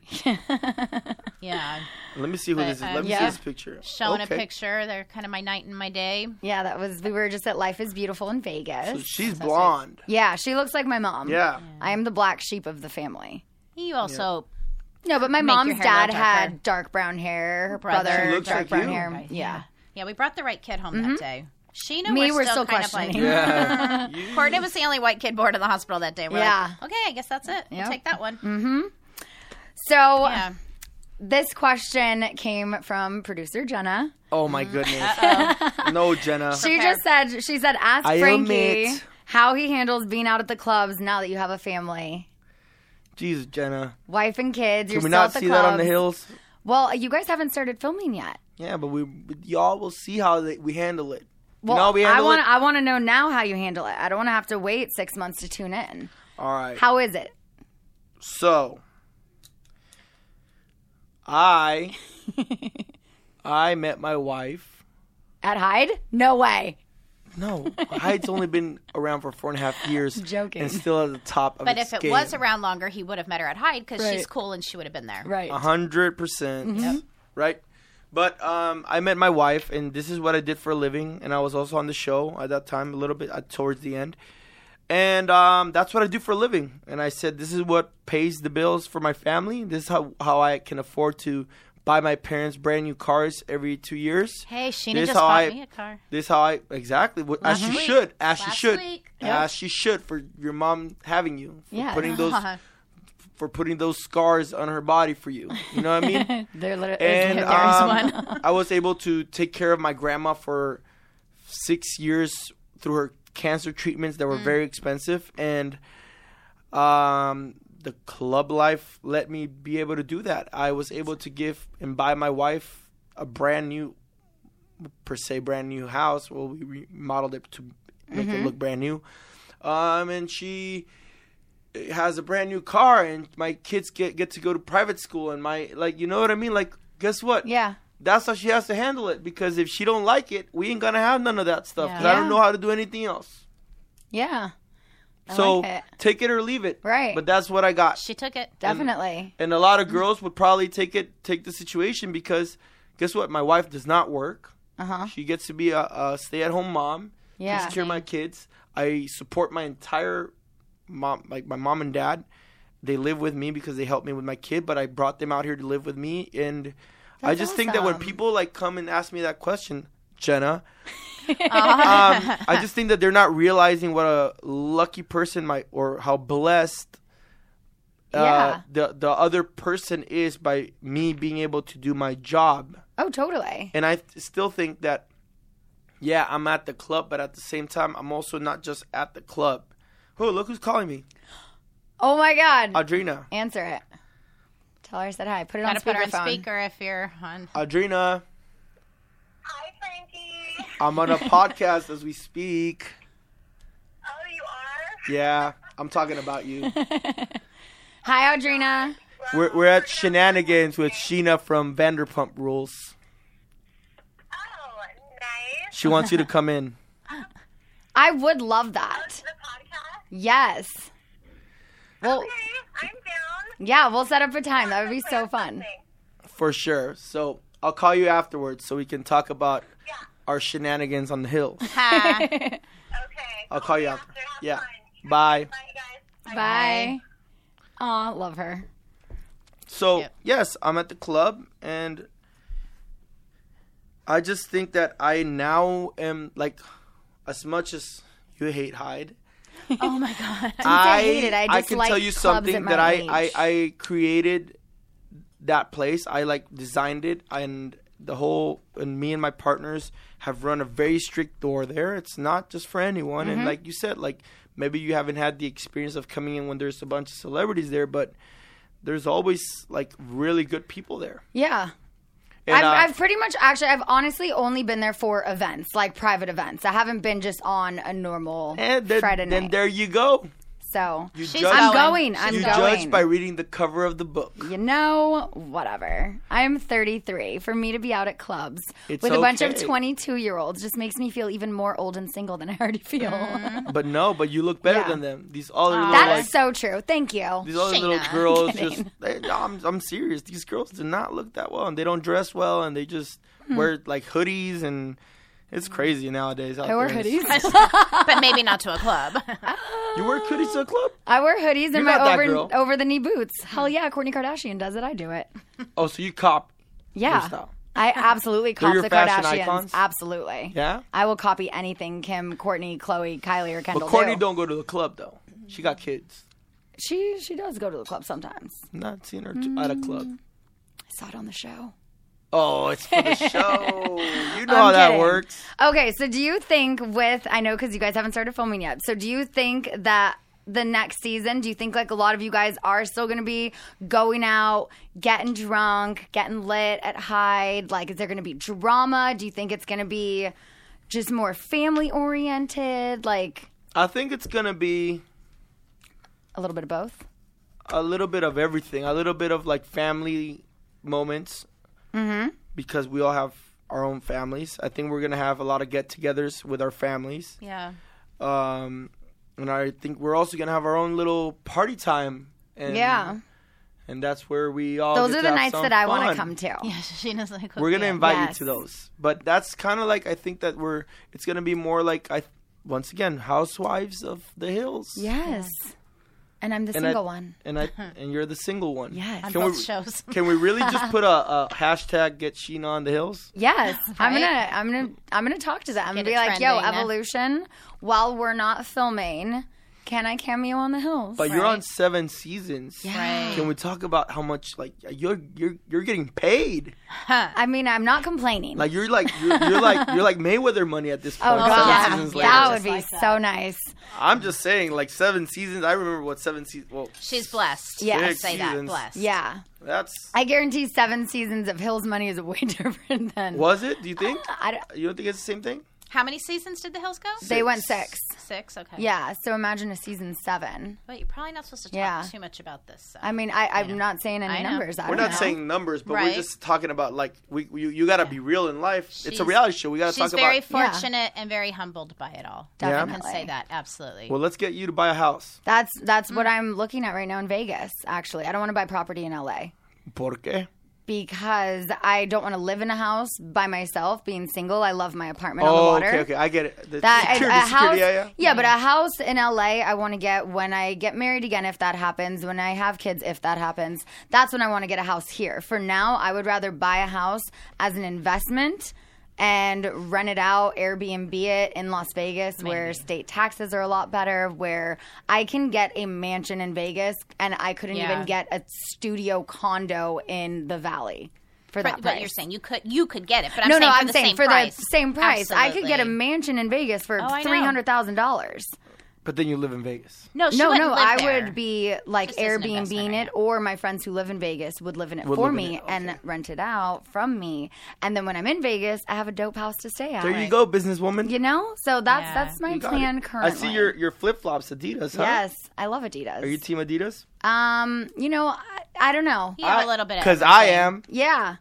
S5: yeah
S4: Let me see who
S5: But,
S4: this is.
S5: um,
S4: Let me see
S2: yeah.
S4: this picture.
S5: showing
S4: okay.
S5: a picture. They're kind of my night and my day.
S2: Yeah, that was, we were just at Life is Beautiful in Vegas.
S4: So she's blonde.
S2: yeah, she looks like my mom.
S4: Yeah.
S2: I am the black sheep of the family.
S5: You also
S2: No, but my
S5: your
S2: mom's
S5: hair a little
S2: dad
S5: darker.
S2: had dark brown hair. Her brother,
S5: Brother. She
S4: looks
S2: dark
S4: like
S2: brown
S4: you.
S2: hair.
S5: Right,
S2: Yeah.
S5: yeah. We brought the right kid home that day. Sheena,
S2: Mm-hmm. Me, we're
S5: still,
S2: still
S5: kind
S2: questioning.
S5: Of like,
S4: Yeah.
S5: Courtney was the only white kid born in the hospital that day. We're
S2: Yeah. Mm.
S5: like, okay, I guess that's it. We'll
S2: Yep.
S5: take that one.
S2: So
S5: Yeah.
S2: this question came from producer Jenna.
S4: Oh my goodness. no, Jenna.
S2: She just said she said ask
S4: I
S2: Frankie
S4: admit-
S2: how he handles being out at the clubs now that you have a family,
S4: Jeez, Jenna.
S2: wife and kids. You're
S4: Can we
S2: still
S4: not
S2: at the
S4: see
S2: clubs.
S4: that on the hills?
S2: Well, you guys haven't started filming yet.
S4: Yeah, but we but y'all will see how they, we handle it.
S2: Well,
S4: you know how we
S2: I
S4: handle
S2: want
S4: it.
S2: I want to know now how you handle it. I don't want to have to wait six months to tune in.
S4: All right.
S2: How is it?
S4: so I I met my wife.
S2: At Hyde? No way.
S4: No, Hyde's only been around for four and a half years.
S2: Joking.
S4: And still at the top of
S5: But
S4: its
S5: if it
S4: game.
S5: was around longer, he would have met her at Hyde because she's
S2: Right.
S5: cool and she would have been there.
S2: Right.
S4: A hundred
S5: Mm-hmm.
S4: percent. Right. But um, I met my wife, and this is what I did for a living. And I was also on the show at that time, a little bit uh, towards the end. And um, that's what I do for a living. And I said, this is what pays the bills for my family. This is how, how I can afford to buy my parents brand new cars every two years.
S5: Hey, Sheena
S4: This
S5: just
S4: how
S5: bought
S4: I-
S5: me a car.
S4: This how I exactly what, as you should, as you
S5: Last
S4: should,
S5: week.
S4: as you should for your mom having you, for
S2: Yes.
S4: putting those, for putting those scars on her body for you. You know what I mean?
S2: There literally
S4: and
S2: there is
S4: um,
S2: one.
S4: I was able to take care of my grandma for six years through her cancer treatments that were very expensive, and um, the club life let me be able to do that. I was able to give and buy my wife a brand new per se brand new house. Well, we remodeled it to make it look brand new. Um, and she has a brand new car, and my kids get get to go to private school, and my like, you know what I mean? Like, guess what?
S2: Yeah.
S4: That's how she has to handle it because if she don't like it, we ain't gonna have none of that stuff. 'cause I
S2: Yeah.
S4: don't know how to do anything else.
S2: Yeah.
S4: so
S2: like it.
S4: take it or leave it.
S2: Right.
S4: But that's what I got.
S5: She took it.
S2: Definitely.
S4: And a lot of girls would probably take it take the situation because guess what? My wife does not work.
S2: Uh-huh.
S4: She gets to be a, a stay at home mom.
S2: Yeah.
S4: Takes care of my kids. I support my entire mom like my mom and dad. They live with me because they helped me with my kid, but I brought them out here to live with me and I just think that when
S2: awesome.
S4: people like come and ask me that question, Jenna,
S2: Ah.
S4: um, I just think that they're not realizing what a lucky person my or how blessed uh,
S2: Yeah.
S4: the the other person is by me being able to do my job.
S2: Oh, totally.
S4: And I th- still think that yeah, I'm at the club, but at the same time, I'm also not just at the club. Oh, look who's calling me,
S2: Oh my God.
S4: Adrina.
S2: Answer it. Tell her I said hi. Put it on
S5: Gotta put her on
S2: speakerphone.
S5: speaker if you're on.
S4: Adrina,
S6: Hi, Frankie.
S4: I'm on a podcast as we speak.
S6: Oh, you are?
S4: Yeah, I'm talking about you.
S2: Hi, Audrina.
S4: We're, we're at Shenanigans with Sheena from Vanderpump Rules.
S6: Oh, nice.
S4: She wants you to come in.
S2: I would love that.
S6: To the podcast?
S2: Yes. Well,
S6: Okay, I'm down.
S2: yeah, we'll set up a time. That would be so fun.
S4: For sure. So I'll call you afterwards so we can talk about
S6: Yeah.
S4: our shenanigans on the hill.
S5: Ha.
S6: Okay.
S4: I'll call you
S6: Have
S4: after.
S6: fun.
S4: Yeah.
S6: Bye,
S4: Bye.
S6: guys.
S2: Bye. Aw, love her.
S4: So
S5: Yep.
S4: yes, I'm at the club and I just think that I now am like as much as you hate Hyde.
S5: oh my god.
S2: I hate it. I just
S4: can
S2: like
S4: tell you
S2: clubs at
S4: something
S2: my
S4: that I, I
S2: age.
S4: I created that place. I like designed it, and the whole and me and my partners have run a very strict door there. It's not just for anyone, and
S2: Mm-hmm.
S4: like you said, like maybe you haven't had the experience of coming in when there's a bunch of celebrities there, but there's always like really good people there.
S2: Yeah.
S4: And,
S2: I've,
S4: uh,
S2: I've pretty much actually, I've honestly only been there for events, like private events. I haven't been just on a normal
S4: and then,
S2: Friday night.
S4: then there you go.
S2: so
S4: You
S5: She's
S4: judge,
S2: I'm
S5: going.
S2: going. I'm
S4: you
S2: going.
S4: judge by reading the cover of the book.
S2: you know, whatever. I'm 33. For me to be out at clubs
S4: It's
S2: with a bunch of
S4: okay.
S2: 22 year olds just makes me feel even more old and single than I already feel.
S4: But no, but you look better
S2: Yeah.
S4: than them. These other little like,
S2: That's so true. Thank you.
S4: These other little
S5: Shayna.
S4: girls just they, no, I'm I'm serious. These girls do not look that well and they don't dress well and they just
S2: Hmm.
S4: wear like hoodies and it's crazy nowadays. Out
S2: I wear
S4: there.
S2: hoodies.
S5: but maybe not to a club.
S4: You wear hoodies to a club?
S2: I wear hoodies and my
S4: not that
S2: over
S4: girl.
S2: over the knee boots. Hell yeah, Kourtney Kardashian does it. I do it.
S4: Oh, so you cop your
S2: Yeah.
S4: style.
S2: I absolutely copy
S4: your
S2: the
S4: fashion
S2: Kardashians.
S4: icons?
S2: Absolutely.
S4: Yeah?
S2: I will copy anything Kim, Courtney, Chloe, Kylie, or
S4: But
S2: Kendall.
S4: Courtney
S2: do.
S4: don't go to the club though. She got kids.
S2: She she does go to the club sometimes.
S4: Not seen her at a
S2: Mm.
S4: club.
S2: I saw it on the show.
S4: Oh, it's for the show. You know how that
S2: kidding.
S4: works.
S2: Okay, so do you think with I know because you guys haven't started filming yet. So do you think that the next season, do you think like a lot of you guys are still going to be going out, getting drunk, getting lit at Hyde? Like, is there going to be drama? Do you think it's going to be just more family oriented? Like
S4: I think it's gonna be
S2: a little bit of both.
S4: a little bit of everything, a little bit of like family moments, mm-hmm. because we all have our own families. I think we're gonna have a lot of get-togethers with our families,
S5: yeah.
S4: um, and I think we're also gonna have our own little party time. And,
S2: Yeah,
S4: and that's where we all.
S2: those are
S4: get to
S2: the
S4: have
S2: nights
S4: some
S2: that I
S4: fun.
S2: want to come to.
S5: Yeah, Sheena's like.
S4: We're gonna
S5: yeah.
S4: invite
S2: Yes.
S4: you to those, but that's kind of like I think that we're. It's gonna be more like I, once again, housewives of the hills.
S2: Yes, and I'm the
S4: And I-
S2: single one.
S4: and I and you're the single one.
S2: Yes.
S5: on
S4: Can
S5: both
S4: we-
S5: shows.
S4: Can we really just put a, a hashtag get Sheena on the hills?
S2: Yes, I'm gonna, I'm gonna, I'm gonna talk to them and
S5: Get
S2: be
S5: it
S2: like, "Yo,
S5: trending.
S2: evolution. While we're not filming, Can I cameo on the hills?
S4: But you're on
S5: Right.
S4: seven seasons.
S5: Right.
S4: Can we talk about how much like you're you're you're getting paid?
S2: I mean, I'm not complaining.
S4: Like you're like you're, you're like you're like Mayweather money at this point.
S2: oh
S4: seven
S2: god,
S5: yeah.
S4: seasons later.
S2: that would be
S5: Just like that.
S2: so nice.
S4: I'm just saying, like seven seasons. I remember what seven seasons. Well,
S5: She's blessed.
S2: Yes.
S5: I'll say that.
S4: Seasons.
S5: Blessed.
S2: Yeah,
S4: that's
S2: I guarantee seven seasons of Hills Money is way different than
S4: was it? Do you think?
S2: I don't-
S4: You don't think it's the same thing?
S5: How many seasons did the Hills go?
S2: they went six.
S5: Six. Okay.
S2: Yeah, so imagine a season seven.
S5: But you're probably not supposed to talk
S2: Yeah.
S5: too much about this. so.
S2: I mean, I, I'm not saying any
S5: I know.
S2: numbers. I
S4: We're
S2: don't
S4: not
S2: know.
S4: saying numbers, but we're
S5: Right.
S4: just talking about like we, we you, you got to be real in life. it's a
S5: She's-
S4: reality show. We got to
S5: She's
S4: talk
S5: very
S4: about.
S2: Yeah.
S5: fortunate and very humbled by it all.
S2: Definitely.
S5: I can say that absolutely.
S4: well, let's get you to buy a house.
S2: That's that's
S5: Mm.
S2: what I'm looking at right now in Vegas. Actually, I don't want to buy property in LA
S4: Por qué?
S2: because I don't want to live in a house by myself. Being single, I love my apartment on the
S4: Oh,
S2: water.
S4: okay, okay, I get it. The
S2: That
S4: security,
S2: a, a house,
S4: security, yeah, Mm-hmm. yeah.
S2: but a house in LA, I want to get when I get married again, if that happens. When I have kids, if that happens, that's when I want to get a house here. For now, I would rather buy a house as an investment and rent it out, Airbnb it in Las Vegas, where state taxes are a lot better. Where I can get a mansion in Vegas, and I couldn't
S5: Yeah.
S2: even get a studio condo in the Valley for
S5: For-
S2: that price.
S5: but you're saying you could you could get it, but I'm
S2: no,
S5: saying
S2: no,
S5: for
S2: I'm
S5: the
S2: saying
S5: same
S2: for
S5: price.
S2: the same price, I could get a
S5: Absolutely.
S2: mansion in Vegas for
S5: Oh, I know.
S2: three hundred thousand dollars.
S4: But then you live in Vegas.
S5: No, she
S2: No,
S5: wouldn't
S2: no,
S5: live
S2: I
S5: there.
S2: would be like
S5: Just as an
S2: Airbnb
S5: investment
S2: it,
S5: right now.
S2: or my friends who live in Vegas would live in it
S4: Would
S2: for
S4: live in
S2: me
S4: it,
S2: and rent it out from me. And then when I'm in Vegas, I have a dope house to stay at.
S4: There you go, businesswoman.
S2: You know, so that's
S5: Yeah.
S2: that's my
S4: You got
S2: plan
S4: it.
S2: currently.
S4: I see your your flip flops, Adidas. Huh?
S2: Yes, I love Adidas.
S4: Are you team Adidas?
S2: um, you know, I, I don't know.
S5: You have a little bit of
S4: Because I
S5: everything.
S4: am.
S2: Yeah,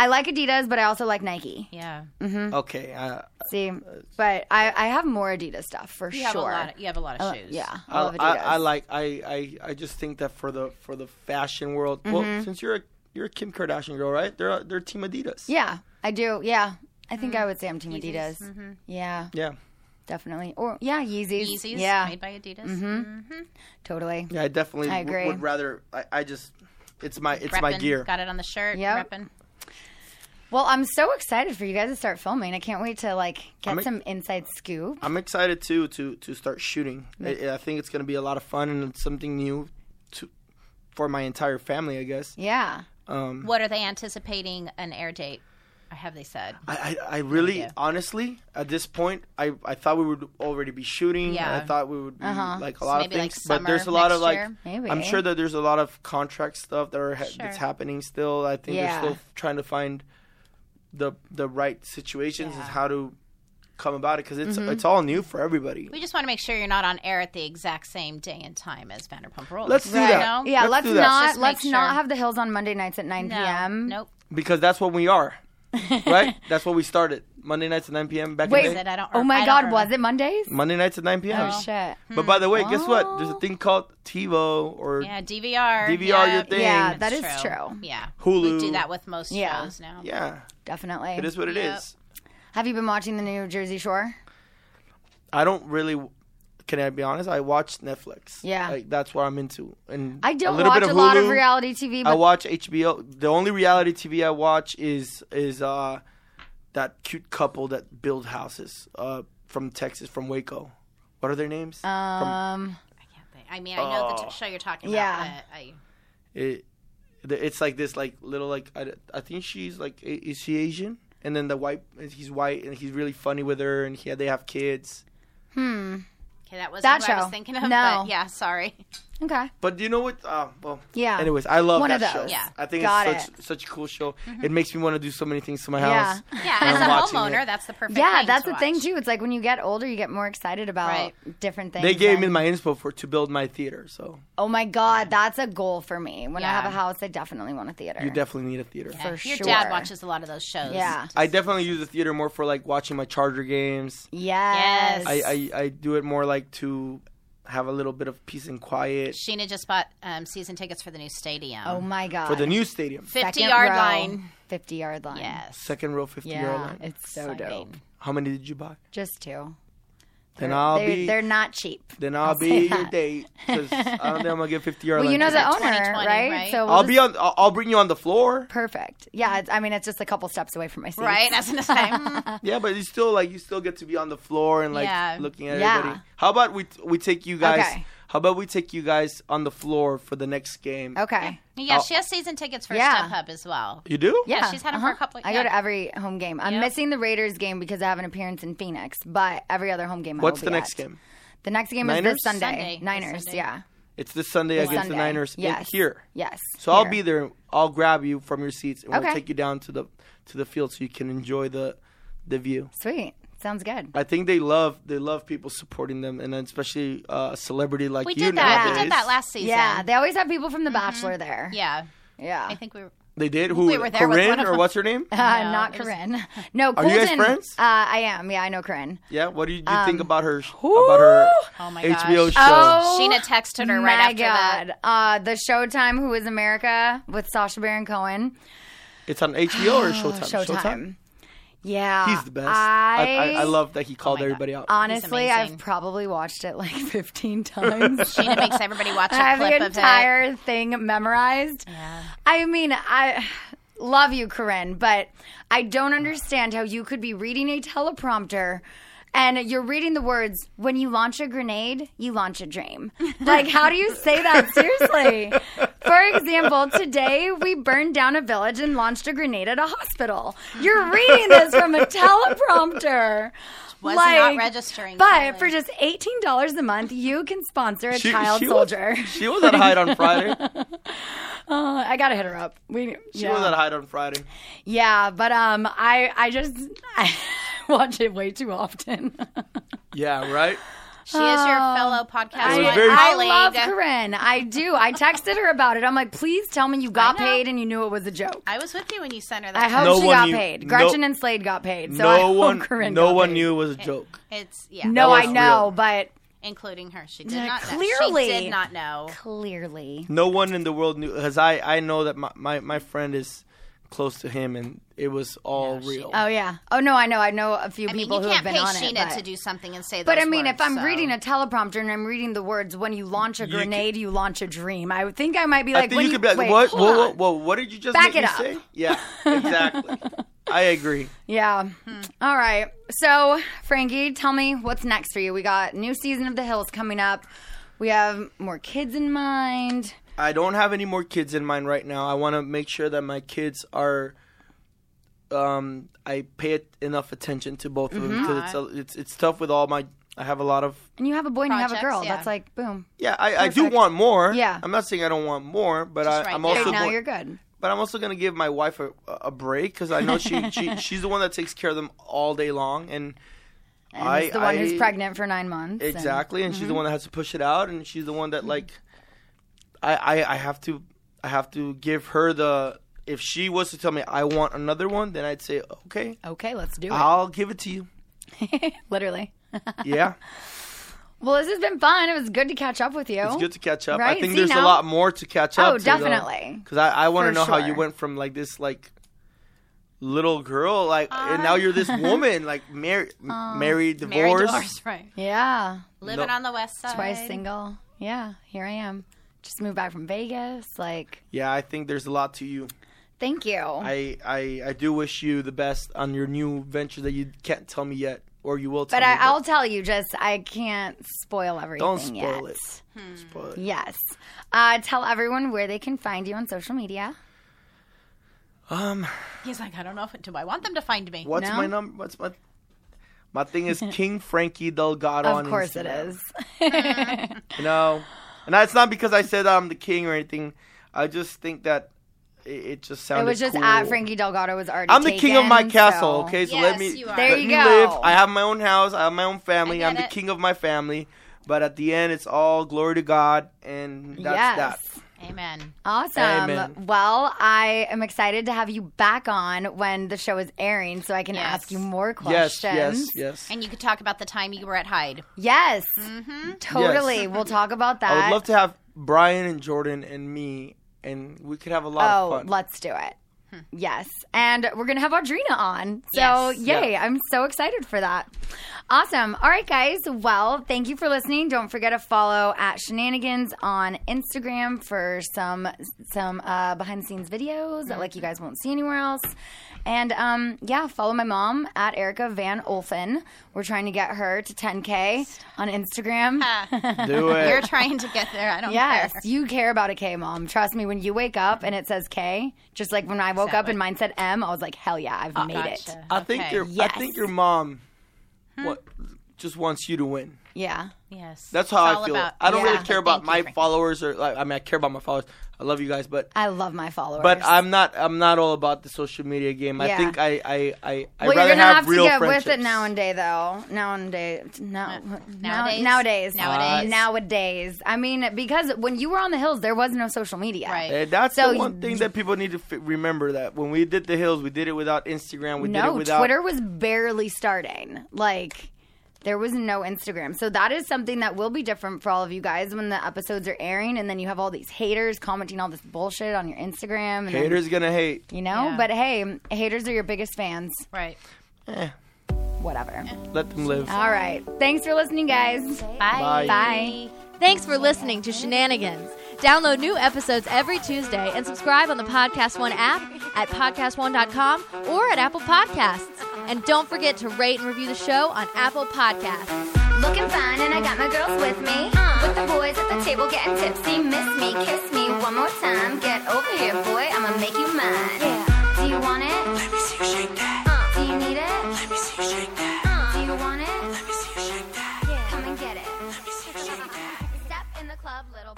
S2: I like Adidas, but I also like Nike.
S5: Yeah,
S2: Mm-hmm.
S4: Okay. Uh,
S2: See, but I I have more Adidas stuff for
S5: you
S2: sure.
S5: have a lot. Of, you have a lot of shoes.
S2: Uh, yeah, I
S4: I,
S2: love Adidas.
S4: Oh, I, I like I, I I just think that for the for the fashion world.
S2: Mm-hmm.
S4: Well, since you're a you're a Kim Kardashian girl, right? They're they're team Adidas.
S2: Yeah, I do. Yeah, I think
S5: Mm.
S2: I would say I'm Team Adidas.
S5: mm-hmm.
S2: Yeah,
S4: Yeah.
S2: definitely. Or yeah, Yeezys.
S5: Yeezys
S2: Yeah, Mm-hmm.
S5: made by Adidas.
S2: totally.
S4: Yeah, I definitely
S2: I
S4: w-
S2: agree.
S4: would rather. I, I just, it's my it's my
S5: Reppin',
S4: gear.
S5: Got it on the shirt.
S2: Yep.
S5: Reppin'.
S2: Well, I'm so excited for you guys to start filming. I can't wait to like get
S4: I'm ex-
S2: some inside scoop.
S4: I'm excited too to to start shooting. I, I think it's gonna be a lot of fun and it's something new, to for my entire family. I guess.
S2: Yeah.
S5: What are they anticipating an air date? Or have they said?
S4: I, I, I really honestly at this point I, I thought we would already be shooting.
S5: Yeah. Uh-huh.
S4: I thought we would be like a lot of
S5: maybe, like,
S4: things, but there's a
S5: summer
S4: lot
S5: next
S4: of like
S5: year?
S2: Maybe.
S4: I'm sure that there's a lot of contract stuff that are ha- that's happening still. I think
S2: Yeah.
S4: they're still trying to find the the right situations and how to come about it because it's it's all new for everybody.
S5: Mm-hmm. We just want to make sure you're not on air at the exact same day and time as Vanderpump Rules.
S4: Let's do
S5: You
S4: that.
S5: know?
S2: Yeah.
S4: Let's
S2: Let's,
S4: do that.
S2: not
S5: Just make
S2: let's not
S5: sure.
S2: have the hills on Monday nights at 9
S5: No.
S2: p.m.
S5: Nope.
S4: because that's what we are, right? that's what we started Monday nights at 9 p.m. back
S2: Wait.
S4: in the
S5: Is
S4: day.
S5: it? I don't
S2: oh
S5: rem-
S2: my
S5: I don't
S2: God,
S5: remember.
S2: was it Mondays?
S4: Monday nights at 9 p.m.
S2: Oh shit. Hmm.
S4: But by the way, guess what? There's a thing called TiVo or
S5: Yeah, DVR.
S4: DVR
S5: Yep.
S4: your thing.
S2: Yeah,
S5: It's
S2: that is true.
S5: Yeah.
S4: Hulu.
S5: We do that with most
S2: Yeah.
S5: shows now.
S4: Yeah,
S2: Definitely.
S4: it is what it is.
S5: Yep.
S2: Have you been watching the New Jersey Shore?
S4: I don't really. Can I be honest? I watch Netflix.
S2: Yeah.
S4: like that's what I'm into. And
S2: I don't
S4: little
S2: watch
S4: bit
S2: a lot of
S4: Hulu.
S2: reality TV,
S4: I
S2: but
S4: watch HBO. The only reality TV I watch is is uh that cute couple that build houses uh from Texas from Waco. What are their
S2: Uh,
S4: names? Um,
S5: I mean, I know
S4: Oh.
S5: the t- show you're talking about.
S2: Yeah.
S5: but I,
S4: it, the- it's like this like little like I, I think she's like i- is she Asian? And then the white he's white and he's really funny with her and he, they have kids.
S5: okay, that wasn't
S2: That
S5: what I
S2: show.
S5: was thinking of.
S2: No.
S5: But yeah, sorry.
S2: okay.
S4: But you know what? Uh, well,
S2: Yeah.
S4: Anyways, I love
S2: One
S4: that
S2: of those.
S4: show.
S5: Yeah.
S4: I think
S2: Got Mm-hmm.
S4: it's such such a cool show. It makes me want to do so many things to my
S2: Yeah.
S4: house.
S5: Yeah,
S4: And
S5: as
S4: I'm
S5: a
S4: watching
S5: homeowner,
S4: it.
S5: that's the perfect
S2: Yeah,
S5: thing
S2: that's
S5: to
S2: the thing
S5: watch.
S2: too. It's like when you get older, you get more excited about
S5: Right.
S2: different things.
S4: They gave me
S2: and-
S4: my inspo for to build my theater, so
S2: Oh my god, that's a goal for me. When I have
S5: Yeah.
S2: a house, I definitely want a theater.
S4: you definitely need a theater.
S5: Yeah.
S2: for
S5: Your
S2: sure.
S5: dad watches a lot of those shows.
S2: yeah.
S4: I definitely use the theater more for like watching my Charger games.
S2: Yes.
S4: I, I I do it more like to have a little bit of peace and quiet
S5: Sheena just bought um, season tickets for the new stadium.
S2: oh my god.
S4: for the new stadium.
S5: 50
S2: Second
S5: yard
S2: row,
S5: line.
S2: 50 yard line.
S5: Yes.
S4: Second row, fifty
S2: Yeah.
S4: yard line.
S2: It's so dope.
S4: How many did you buy?
S2: Just two.
S4: Then I'll
S2: they're,
S4: be
S2: they're not cheap.
S4: then I'll,
S2: say
S4: be your
S2: that.
S4: date because I don't think I'm gonna get 50 euro.
S2: Well, you know the owner,
S5: 2020,
S2: right?
S5: right?
S2: So we'll
S4: I'll
S2: just-
S4: be on. I'll, I'll bring you on the floor.
S2: perfect. Yeah, it's, I mean it's just a couple steps away from my seat.
S5: Right? That's what I'm saying. Mm.
S4: Yeah, but you still like you still get to be on the floor and like
S5: Yeah.
S4: looking at
S2: Yeah.
S4: everybody. How about we we take you guys?
S2: Okay.
S4: How about we take you guys on the floor for the next game?
S2: Okay.
S5: Yeah,
S4: Oh.
S5: she has season tickets for
S2: Yeah.
S5: Step Hub as well.
S4: You do?
S2: Yeah,
S5: she's had 'em for a couple-
S2: Uh-huh. I go to
S5: yeah.
S2: every home game. I'm
S5: Yep.
S2: missing the Raiders game because I have an appearance in Phoenix, but every other home game. I
S4: What's
S2: will
S4: the
S2: be
S4: next
S2: at.
S4: game?
S2: The next game is
S4: Niners?
S2: this Sunday.
S5: Sunday. This
S2: Niners,
S5: Sunday.
S2: yeah.
S4: It's this Sunday
S2: This
S4: against
S2: Sunday.
S4: the Niners in-
S2: Yes.
S4: here.
S2: Yes.
S4: So I'll
S2: here.
S4: be there. I'll grab you from your seats and
S2: Okay.
S4: we'll take you down to the to the field so you can enjoy the the view.
S2: Sweet. Sounds good.
S4: I think they love they love people supporting them and especially uh, a celebrity like
S5: We
S4: you
S5: did that. We
S4: nowadays.
S5: did that last season. Mm-hmm.
S2: Yeah, they always have people from The Bachelor there.
S5: Yeah.
S2: Yeah.
S5: I think we were.
S4: They did. Who?
S5: We were there with
S4: Corinne
S5: one of
S4: or
S5: them.
S4: what's her name?
S2: Uh,
S5: No,
S2: not
S5: it was-
S2: Corinne. No,
S4: Are
S2: Colton.
S4: you guys friends?
S2: Uh, I am. Yeah, I know Corinne.
S4: Yeah. What do you, do you think about her? About her
S5: Um, Oh my gosh.
S4: HBO show.
S2: Oh,
S5: Sheena texted her
S2: my
S5: right after that.
S2: God. Uh, the Showtime Who is America with Sasha Baron Cohen.
S4: It's on HBO
S5: Oh,
S4: or Showtime.
S2: Showtime. Yeah.
S5: Uh,
S4: He's the best.
S2: I,
S4: I, I, I love
S5: Oh
S4: that he called everybody out.
S2: Honestly,
S5: He's amazing.
S2: I've probably watched it like 15 times.
S5: Sheena makes everybody watch
S2: I
S5: a
S2: have
S5: clip
S2: the
S5: of it.
S2: entire thing memorized. I mean, I love you, Corinne, but I don't understand how you could be reading a teleprompter and you're reading the words, when you launch a grenade, you launch a dream. Like, how do you say that seriously? For example, today we burned down a village and launched a grenade at a hospital. You're reading this from a teleprompter.
S5: Was not registering
S2: But
S5: clearly.
S2: for just $18 a month, you can sponsor a
S4: She-
S2: child
S4: she was-
S2: soldier.
S4: She was at Hyde on Friday.
S2: I gotta hit her up. We
S4: She
S2: yeah.
S4: was at Hyde on Friday.
S2: yeah, but um, I I just I watch it way too often.
S4: Yeah, right.
S5: She is your fellow podcast
S4: It was
S5: one
S4: very-
S2: I
S5: colleague.
S2: love Corinne. I do. I texted her about it. I'm like, please tell me you got
S5: I know.
S2: paid and you knew it was a joke.
S5: I was with you when you sent her that.
S2: I hope
S4: No
S2: she
S4: one
S2: got
S4: knew-
S2: paid. Gretchen
S4: no-
S2: and Slade got paid. So I
S4: no
S2: hope
S4: one,
S2: Corinne
S4: no
S2: got
S4: one
S2: paid.
S4: knew it was a joke.
S5: It's yeah.
S2: No,
S4: That
S2: I
S4: was
S2: know,
S4: real.
S2: but
S5: including her. She did not
S2: clearly.
S5: know. She did not know.
S2: clearly,
S4: No one in the world knew because I, I know that my, my, my friend is close to him and it was all real.
S2: oh yeah, oh no, I know, I know a few
S5: I mean,
S2: people
S5: you
S2: who have been
S5: can't pay
S2: on it.
S5: Sheena
S2: but-
S5: to do something and say.
S2: But I
S5: those
S2: mean, if
S5: words,
S2: I'm
S5: so.
S2: reading a teleprompter and I'm reading the words "when you launch a
S4: You
S2: grenade, you launch a dream," I would think I might be like,
S4: I think
S2: when
S4: you could be like,
S2: wait,
S4: what?
S2: hold
S4: Whoa, whoa,
S2: on."
S4: whoa! What did you just
S2: Back
S4: make
S2: it
S4: me
S2: up.
S4: say? Yeah, exactly. I agree.
S2: Yeah.
S4: Hmm.
S2: All right. So, Frankie, tell me what's next for you. We got new season of The Hills coming up. We have more kids in mind.
S4: I don't have any more kids in mind right now. I want to make sure that my kids are. Um, I pay it enough attention to both of
S2: Mm-hmm.
S4: them because it's, a- it's it's tough with all my. I have a lot of.
S2: And you have a boy and you have a
S5: Projects,
S2: girl.
S5: yeah.
S2: That's like boom.
S4: Yeah, I, I do
S2: Perfect.
S4: want more.
S2: Yeah.
S4: I'm not saying I don't want more, but I,
S5: Just right
S4: I'm
S5: now.
S4: also
S2: Okay, now
S4: going-
S2: you're good.
S4: but I'm also gonna give my wife a, a break because I know she, she she's the one that takes care of them all day long, and,
S2: And
S4: I
S2: it's the one who's
S4: I-
S2: pregnant for nine months. and-
S4: exactly, and she's
S2: Mm-hmm.
S4: the one that has to push it out, and she's the one that like I, I I have to I have to give her the if she was to tell me I want another one, then I'd say okay,
S2: okay, let's do it.
S4: I'll give it to you.
S2: Literally.
S4: Yeah,
S2: Well, this has been fun. It was good to catch up with you.
S4: it's good to catch up.
S2: Oh. Right?
S4: I think
S2: See,
S4: there's
S2: now-
S4: a lot more to catch up.
S2: Oh, definitely.
S4: Because I I want
S2: For
S4: to know how you
S2: sure.
S4: went from like this like. Little girl, like, and now you're this woman, like, married,
S2: Oh,
S4: married, divorced,
S5: Married divorce, right?
S2: Yeah.
S5: Living on the west side.
S2: Twice single. Yeah, here I am. Just moved back from Vegas. Like,
S4: Yeah, I think there's a lot to you.
S2: thank you.
S4: I, I, I do wish you the best on your new venture that you can't tell me yet, or you will tell
S2: but
S4: me.
S2: I, I'll tell you, just I can't spoil everything.
S4: don't spoil
S2: yet.
S4: it.
S5: Hmm.
S4: Don't Spoil it.
S2: Yes. Uh, tell everyone where they can find you on social media.
S5: He's like, I don't know. If, do I want them to find me?
S4: What's
S2: No?
S4: my number? What's my my thing is King Frankie Delgado.
S2: Of
S4: on
S2: course it
S4: Instagram.
S2: is.
S4: You know, and that's not because I said I'm the king or anything. I just think that it, it just
S2: It
S4: sounded.
S2: was just
S4: cool.
S2: at Frankie Delgado was already.
S4: I'm the king of my
S2: taken,
S4: castle.
S2: so-
S4: Okay, so
S5: Yes,
S4: let me
S5: you are.
S2: There
S4: let
S2: you
S4: me
S2: go.
S4: live. I have my own house. I have my own family.
S5: I
S4: I'm
S5: get
S4: the
S5: it.
S4: king of my family. But at the end, it's all glory to God, and that's
S2: Yes.
S4: that.
S5: Amen.
S2: Awesome.
S4: Amen.
S2: Well, I am excited to have you back on when the show is airing so I can
S5: Yes.
S2: ask you more questions.
S4: Yes, yes, yes.
S5: And you could talk about the time you were at Hyde.
S2: Yes. Totally. We'll talk about that.
S4: I would love to have Brian and Jordan and me, and we could have a lot
S2: Oh,
S4: of fun.
S2: let's do it. Yes. And we're going to have Audrina on. So,
S5: Yes.
S2: yay. I'm so excited for that. Awesome. All right, guys. Well, thank you for listening. Don't forget to follow at Shenanigans on Instagram for some some uh, behind the scenes videos that like you guys won't see anywhere else. And um, yeah, follow my mom at Erica Van Olfen. We're trying to get her to 10K on Instagram.
S4: Do it.
S5: You're trying to get there. I don't
S2: Yes,
S5: care.
S2: you care about a K, mom. Trust me, when you wake up and it says K, just like when I woke up
S5: Exactly. Oh,
S2: and mine said M, I was like, hell yeah, I've made it.
S5: Gotcha.
S4: I think
S5: Okay.
S4: your
S2: Yes. Hmm?
S4: I think your mom what just wants you to win.
S2: Yeah.
S5: Yes.
S4: That's
S5: It's
S4: how
S5: all
S4: I feel.
S5: about-
S4: I don't
S2: Yeah.
S4: really care about
S5: Thank you,
S4: my
S5: Frank.
S4: followers or like, I mean I care about my followers. I love you guys, but
S2: I love my followers.
S4: but I'm not I'm not all about the social media game. I
S2: Yeah.
S4: think I I I I
S2: well,
S4: rather
S2: you're gonna have, to
S4: real
S2: get
S4: friendships.
S2: with it now and day, though. Now and day, now,
S5: nowadays?
S2: nowadays,
S5: Nowadays?
S2: nowadays. I mean, because when you were on the hills, there was no social media.
S5: Right.
S4: Eh, that's
S2: So
S4: the
S2: you-
S4: one thing that people need to f- remember that when we did the hills, we did it without Instagram. We did it
S2: no,
S4: without
S2: Twitter was barely starting. Like there was no Instagram. So that is something that will be different for all of you guys when the episodes are airing and then you have all these haters commenting all this bullshit on your Instagram and then-
S4: Haters gonna hate.
S2: you know,
S5: Yeah.
S2: but hey, haters are your biggest fans.
S5: Right.
S2: Whatever.
S4: Let them live.
S2: All right. Thanks for listening, guys.
S5: Bye.
S2: Bye.
S3: Thanks for listening to Shenanigans. Download new episodes every Tuesday and subscribe on the Podcast One app at podcastone.com or at Apple Podcasts. And don't forget to rate and review the show on Apple Podcasts.
S2: Looking fine, and I got my girls with me. With the boys at the table getting tipsy. Miss me, kiss me one more time. Get over here, boy. I'ma make you mine. Do you want it? Let me see you shake that. do you need it? Let me see you shake that. do you want it? Let me see you shake that. Come and get it. Let me see you shake that. Step in the club, little Uh.